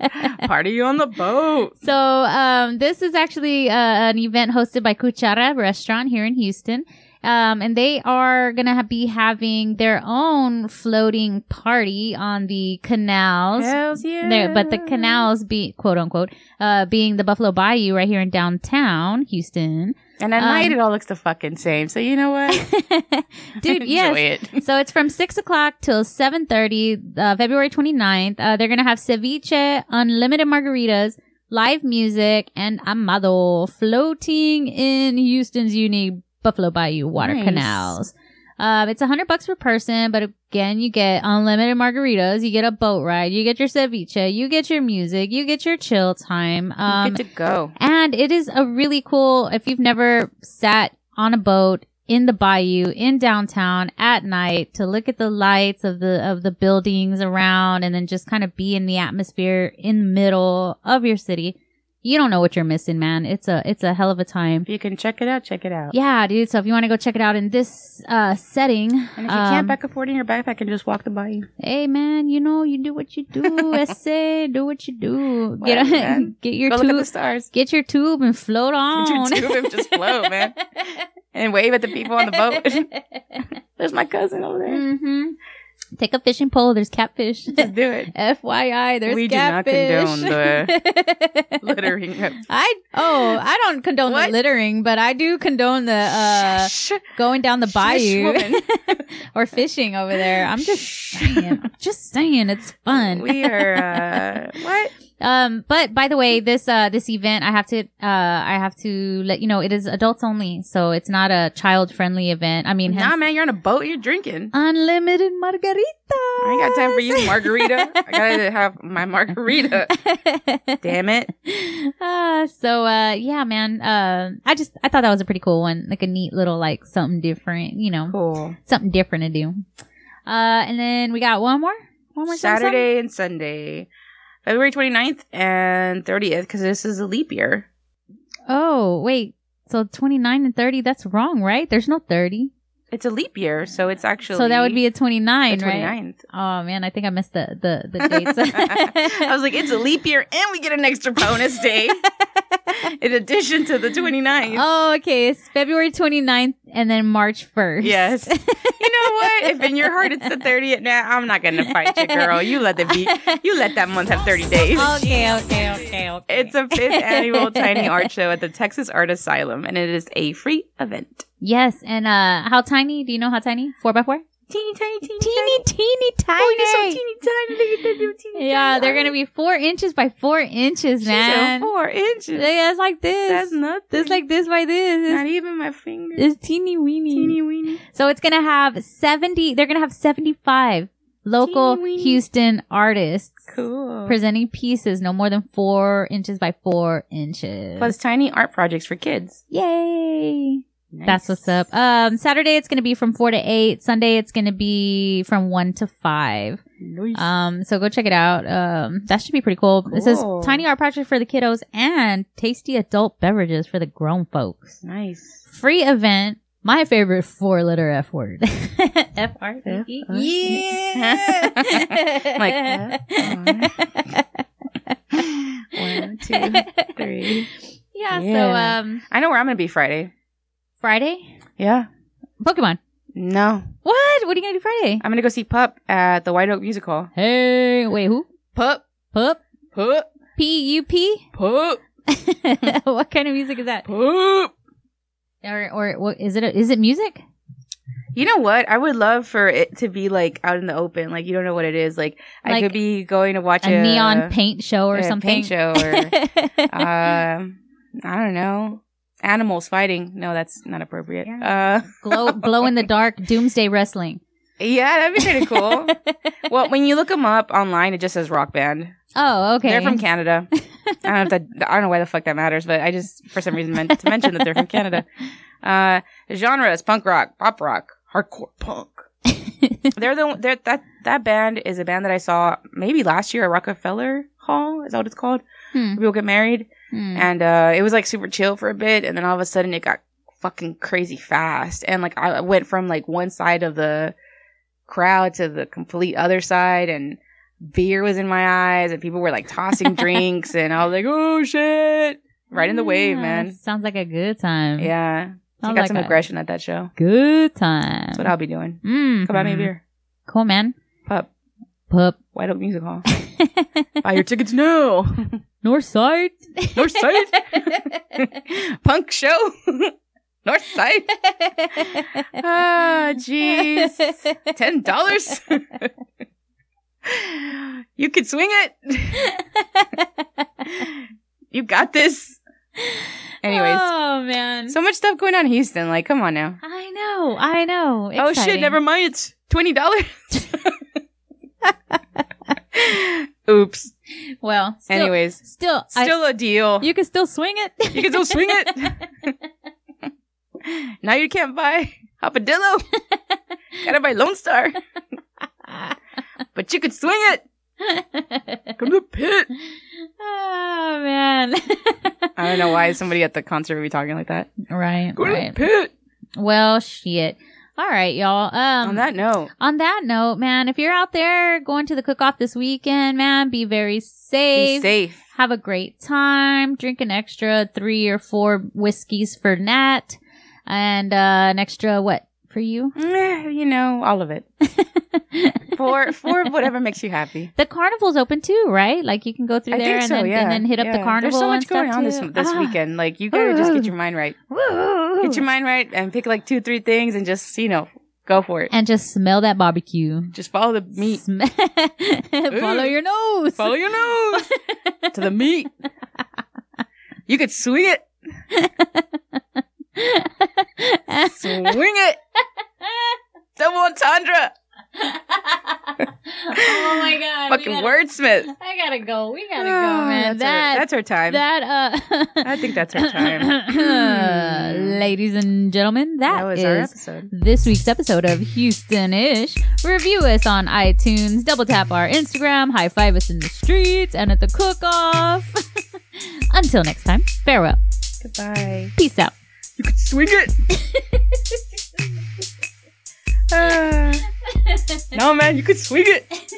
Speaker 2: party on the boat.
Speaker 1: So um, this is actually uh, an event hosted by Cuchara Restaurant here in Houston. Um, and they are going to ha- be having their own floating party on the canals.
Speaker 2: Hells yeah.
Speaker 1: There, but the canals be quote unquote uh, being the Buffalo Bayou right here in downtown Houston,
Speaker 2: And at night,
Speaker 1: um,
Speaker 2: it all looks the fucking same. So you know what?
Speaker 1: dude.
Speaker 2: Enjoy
Speaker 1: yes,
Speaker 2: it.
Speaker 1: so it's from 6 o'clock till 7.30 uh, february 29th uh, they're gonna have ceviche unlimited margaritas live music and amado floating in houston's unique buffalo bayou water
Speaker 2: Nice.
Speaker 1: canals um, it's 100 bucks per person but again you get unlimited margaritas you get a boat ride you get your ceviche you get your music you get your chill time um,
Speaker 2: Good to go.
Speaker 1: and it is a really cool, if you've never sat on a boat in the bayou in downtown at night to look at the lights of the, of the buildings around and then just kind of be in the atmosphere in the middle of your city. You don't know what you're missing, man. It's a, it's a hell of a time.
Speaker 2: If you can check it out, check it out.
Speaker 1: Yeah, dude. So if you want to go check it out in this, uh, setting.
Speaker 2: And if you can't
Speaker 1: um,
Speaker 2: back up forward in your backpack and just walk the bayou.
Speaker 1: Hey man, you know, you do what you do. Essay, do what you do. Get,
Speaker 2: Whatever, man.
Speaker 1: get your
Speaker 2: Go look at the
Speaker 1: tube,
Speaker 2: stars.
Speaker 1: get your tube and float on.
Speaker 2: your tube and just float, man. Mm. And wave at the people on the boat. There's my cousin over there.
Speaker 1: hmm Take a fishing pole. There's catfish.
Speaker 2: do it.
Speaker 1: FYI, there's
Speaker 2: We do not
Speaker 1: catfish.
Speaker 2: condone
Speaker 1: the
Speaker 2: Littering up.
Speaker 1: I oh I don't condone
Speaker 2: What?
Speaker 1: the littering, but I do condone the uh,
Speaker 2: Shh.
Speaker 1: going down the
Speaker 2: Shush,
Speaker 1: bayou
Speaker 2: woman.
Speaker 1: or fishing over there. I'm just saying, I'm just saying, it's fun.
Speaker 2: We are uh, what?
Speaker 1: Um, but by the way, this uh this event, I have to uh I have to let you know it is adults only, so it's not a child friendly event. I mean,
Speaker 2: Nah,
Speaker 1: hence-
Speaker 2: man, you're on a boat. You're drinking.
Speaker 1: unlimited margarita.
Speaker 2: Oh, I ain't got time for you, margarita. I gotta have my margarita. Damn it.
Speaker 1: uh, so uh yeah man uh i just i thought that was a pretty cool one like a neat little like something different you know
Speaker 2: Cool.
Speaker 1: something different to do uh and then we got one more
Speaker 2: Oh
Speaker 1: one more something, something?
Speaker 2: Saturday and Sunday, February 29th and 30th, because this is a leap year.
Speaker 1: oh wait so 29 and 30 that's wrong right there's no 30
Speaker 2: It's a leap year, so it's actually
Speaker 1: so that would be a 29
Speaker 2: the
Speaker 1: right
Speaker 2: 29th.
Speaker 1: oh man i think i missed the the, the dates
Speaker 2: I was like, it's a leap year, and we get an extra bonus day in addition to the 29th.
Speaker 1: oh okay it's february 29th and then march 1st
Speaker 2: Yes. you know what? If in your heart it's the 30th, nah, I'm not going to fight you, girl. You let the be. You let that month have 30 days.
Speaker 1: okay okay okay okay
Speaker 2: It's a fifth annual tiny art show at the Texas Art Asylum, and it is a free event.
Speaker 1: Yes, and uh how tiny? Do you know how tiny? Four by four?
Speaker 2: Teeny tiny, teeny tiny.
Speaker 1: Teeny teeny tiny.
Speaker 2: Oh, you're so teeny tiny. Look at that little teeny
Speaker 1: yeah,
Speaker 2: tiny.
Speaker 1: they're gonna be four inches by four inches,
Speaker 2: She's a
Speaker 1: man.
Speaker 2: four inches.
Speaker 1: Yeah, it's like this.
Speaker 2: That's nothing.
Speaker 1: It's like this by this.
Speaker 2: not even my finger.
Speaker 1: It's, it's teeny weeny.
Speaker 2: teeny weeny.
Speaker 1: So it's gonna have seventy. They're gonna have seventy-five local
Speaker 2: Teeny weeny.
Speaker 1: Houston artists
Speaker 2: Cool.
Speaker 1: presenting pieces no more than four inches by four inches.
Speaker 2: Plus tiny art projects for kids.
Speaker 1: yay! That's what's up. Um, Saturday it's gonna be from four to eight. Sunday it's gonna be from one to five.
Speaker 2: Nice.
Speaker 1: Um, so go check it out. Um, that should be pretty cool. This is
Speaker 2: Cool.
Speaker 1: tiny art project for the kiddos and tasty adult beverages for the grown folks.
Speaker 2: nice.
Speaker 1: Free event. My favorite four letter F word. F R E E.
Speaker 2: F R E E.
Speaker 1: Yeah.
Speaker 2: Like, F E. One, two, three.
Speaker 1: Yeah, So,
Speaker 2: Yeah.
Speaker 1: um,
Speaker 2: I know where I'm going to be Friday.
Speaker 1: Friday,
Speaker 2: Yeah.
Speaker 1: Pokemon.
Speaker 2: No.
Speaker 1: What? What are you gonna do Friday?
Speaker 2: I'm going to go see Pup at the White Oak Music Hall.
Speaker 1: Hey, wait, who?
Speaker 2: Pup,
Speaker 1: Pup.
Speaker 2: pup,
Speaker 1: P U P.
Speaker 2: pup,
Speaker 1: What kind of music is that?
Speaker 2: pup.
Speaker 1: Or, or what is it? A, is it music?
Speaker 2: You know what? I would love for it to be like out in the open. Like you don't know what it is. Like, I
Speaker 1: Like
Speaker 2: could be going to watch
Speaker 1: A
Speaker 2: a,
Speaker 1: neon paint show or
Speaker 2: a
Speaker 1: something?
Speaker 2: paint show or um, I don't know. Animals fighting. No, that's not appropriate. Uh,
Speaker 1: glow glow in the dark doomsday wrestling.
Speaker 2: yeah, that'd be pretty cool. well, when you look them up online, it just says rock band.
Speaker 1: Oh, okay.
Speaker 2: They're from Canada. I don't know if that, I don't know why the fuck that matters, but I just for some reason meant to mention that they're from Canada. Uh, genre is punk rock, pop rock, hardcore punk. they're the they're, that that band is a band that I saw maybe last year at Rockefeller Hall. Is that what it's called?
Speaker 1: Hmm.
Speaker 2: People get married.
Speaker 1: Hmm.
Speaker 2: and uh, it was like super chill for a bit, and then all of a sudden it got fucking crazy fast, and like I went from like one side of the crowd to the complete other side, and beer was in my eyes, and people were like tossing drinks, and I was like, oh shit, right in the wave,
Speaker 1: Yeah,
Speaker 2: man.
Speaker 1: Ah, Sounds like a good time.
Speaker 2: Yeah, I
Speaker 1: Sounds
Speaker 2: got
Speaker 1: like
Speaker 2: some
Speaker 1: a
Speaker 2: aggression at that show.
Speaker 1: Good time.
Speaker 2: That's what I'll be doing.
Speaker 1: Mm.
Speaker 2: Come buy me a beer,
Speaker 1: Cool, man.
Speaker 2: pup.
Speaker 1: Pup.
Speaker 2: White Oak Music Hall. Buy your tickets now.
Speaker 1: North side.
Speaker 2: North Side Punk Show. North Side. Ah, jeez. Ten dollars? you can swing it. You got this. Anyways,
Speaker 1: Oh man.
Speaker 2: so much stuff going on in Houston. Like, come on now.
Speaker 1: I know. I know.
Speaker 2: Oh shit!
Speaker 1: Exciting.
Speaker 2: Never mind. It's twenty dollars. Oops.
Speaker 1: Well. Still,
Speaker 2: Anyways,
Speaker 1: Still. I-
Speaker 2: still a deal. You,
Speaker 1: you can still swing it.
Speaker 2: can still swing it. now you can't buy Hopadillo. Gotta buy Lone Star, but you could swing it. Come to the pit.
Speaker 1: oh man.
Speaker 2: I don't know why somebody at the concert would be talking like that.
Speaker 1: Right.
Speaker 2: Go
Speaker 1: right.
Speaker 2: to the pit.
Speaker 1: Well, shit. All right, y'all. Um,
Speaker 2: On that note,
Speaker 1: on that note, man, if you're out there going to the cook off this weekend, man, be very
Speaker 2: be
Speaker 1: safe.
Speaker 2: safe.
Speaker 1: Have a great time. Drink an extra three or four whiskeys for Nat, and uh, an extra what for you?
Speaker 2: Eh, you know, all of it. for for whatever makes you happy.
Speaker 1: The carnival's open too, right? Like you can go through
Speaker 2: I
Speaker 1: there and,
Speaker 2: think so.
Speaker 1: then,
Speaker 2: yeah,
Speaker 1: and then hit up
Speaker 2: yeah.
Speaker 1: the carnival.
Speaker 2: There's so
Speaker 1: and
Speaker 2: much
Speaker 1: stuff
Speaker 2: going on
Speaker 1: too.
Speaker 2: this this
Speaker 1: Ah.
Speaker 2: weekend. Like you gotta just get your mind right.
Speaker 1: Woo.
Speaker 2: Get your mind right and pick like two three things and just you know go for it.
Speaker 1: and just smell that barbecue.
Speaker 2: Just follow the meat.
Speaker 1: Sm- Follow your nose.
Speaker 2: Follow your nose to the meat. You could swing it,
Speaker 1: Oh
Speaker 2: swing it. Double entendre.
Speaker 1: oh my god! we
Speaker 2: Fucking
Speaker 1: gotta-
Speaker 2: wordsmith.
Speaker 1: I gotta go. We gotta go,
Speaker 2: Ah,
Speaker 1: man.
Speaker 2: That's, our,
Speaker 1: That
Speaker 2: that's our time.
Speaker 1: that uh.
Speaker 2: I think that's our time. Hmm.
Speaker 1: Ladies and gentlemen,
Speaker 2: that was our
Speaker 1: is
Speaker 2: episode.
Speaker 1: this week's episode of Houston Ish. Review us on iTunes, double tap our Instagram, high five us in the streets, and at the cook off. Until next time, farewell.
Speaker 2: Goodbye.
Speaker 1: Peace out.
Speaker 2: You could swing it. Ah. no, man, you could swing it.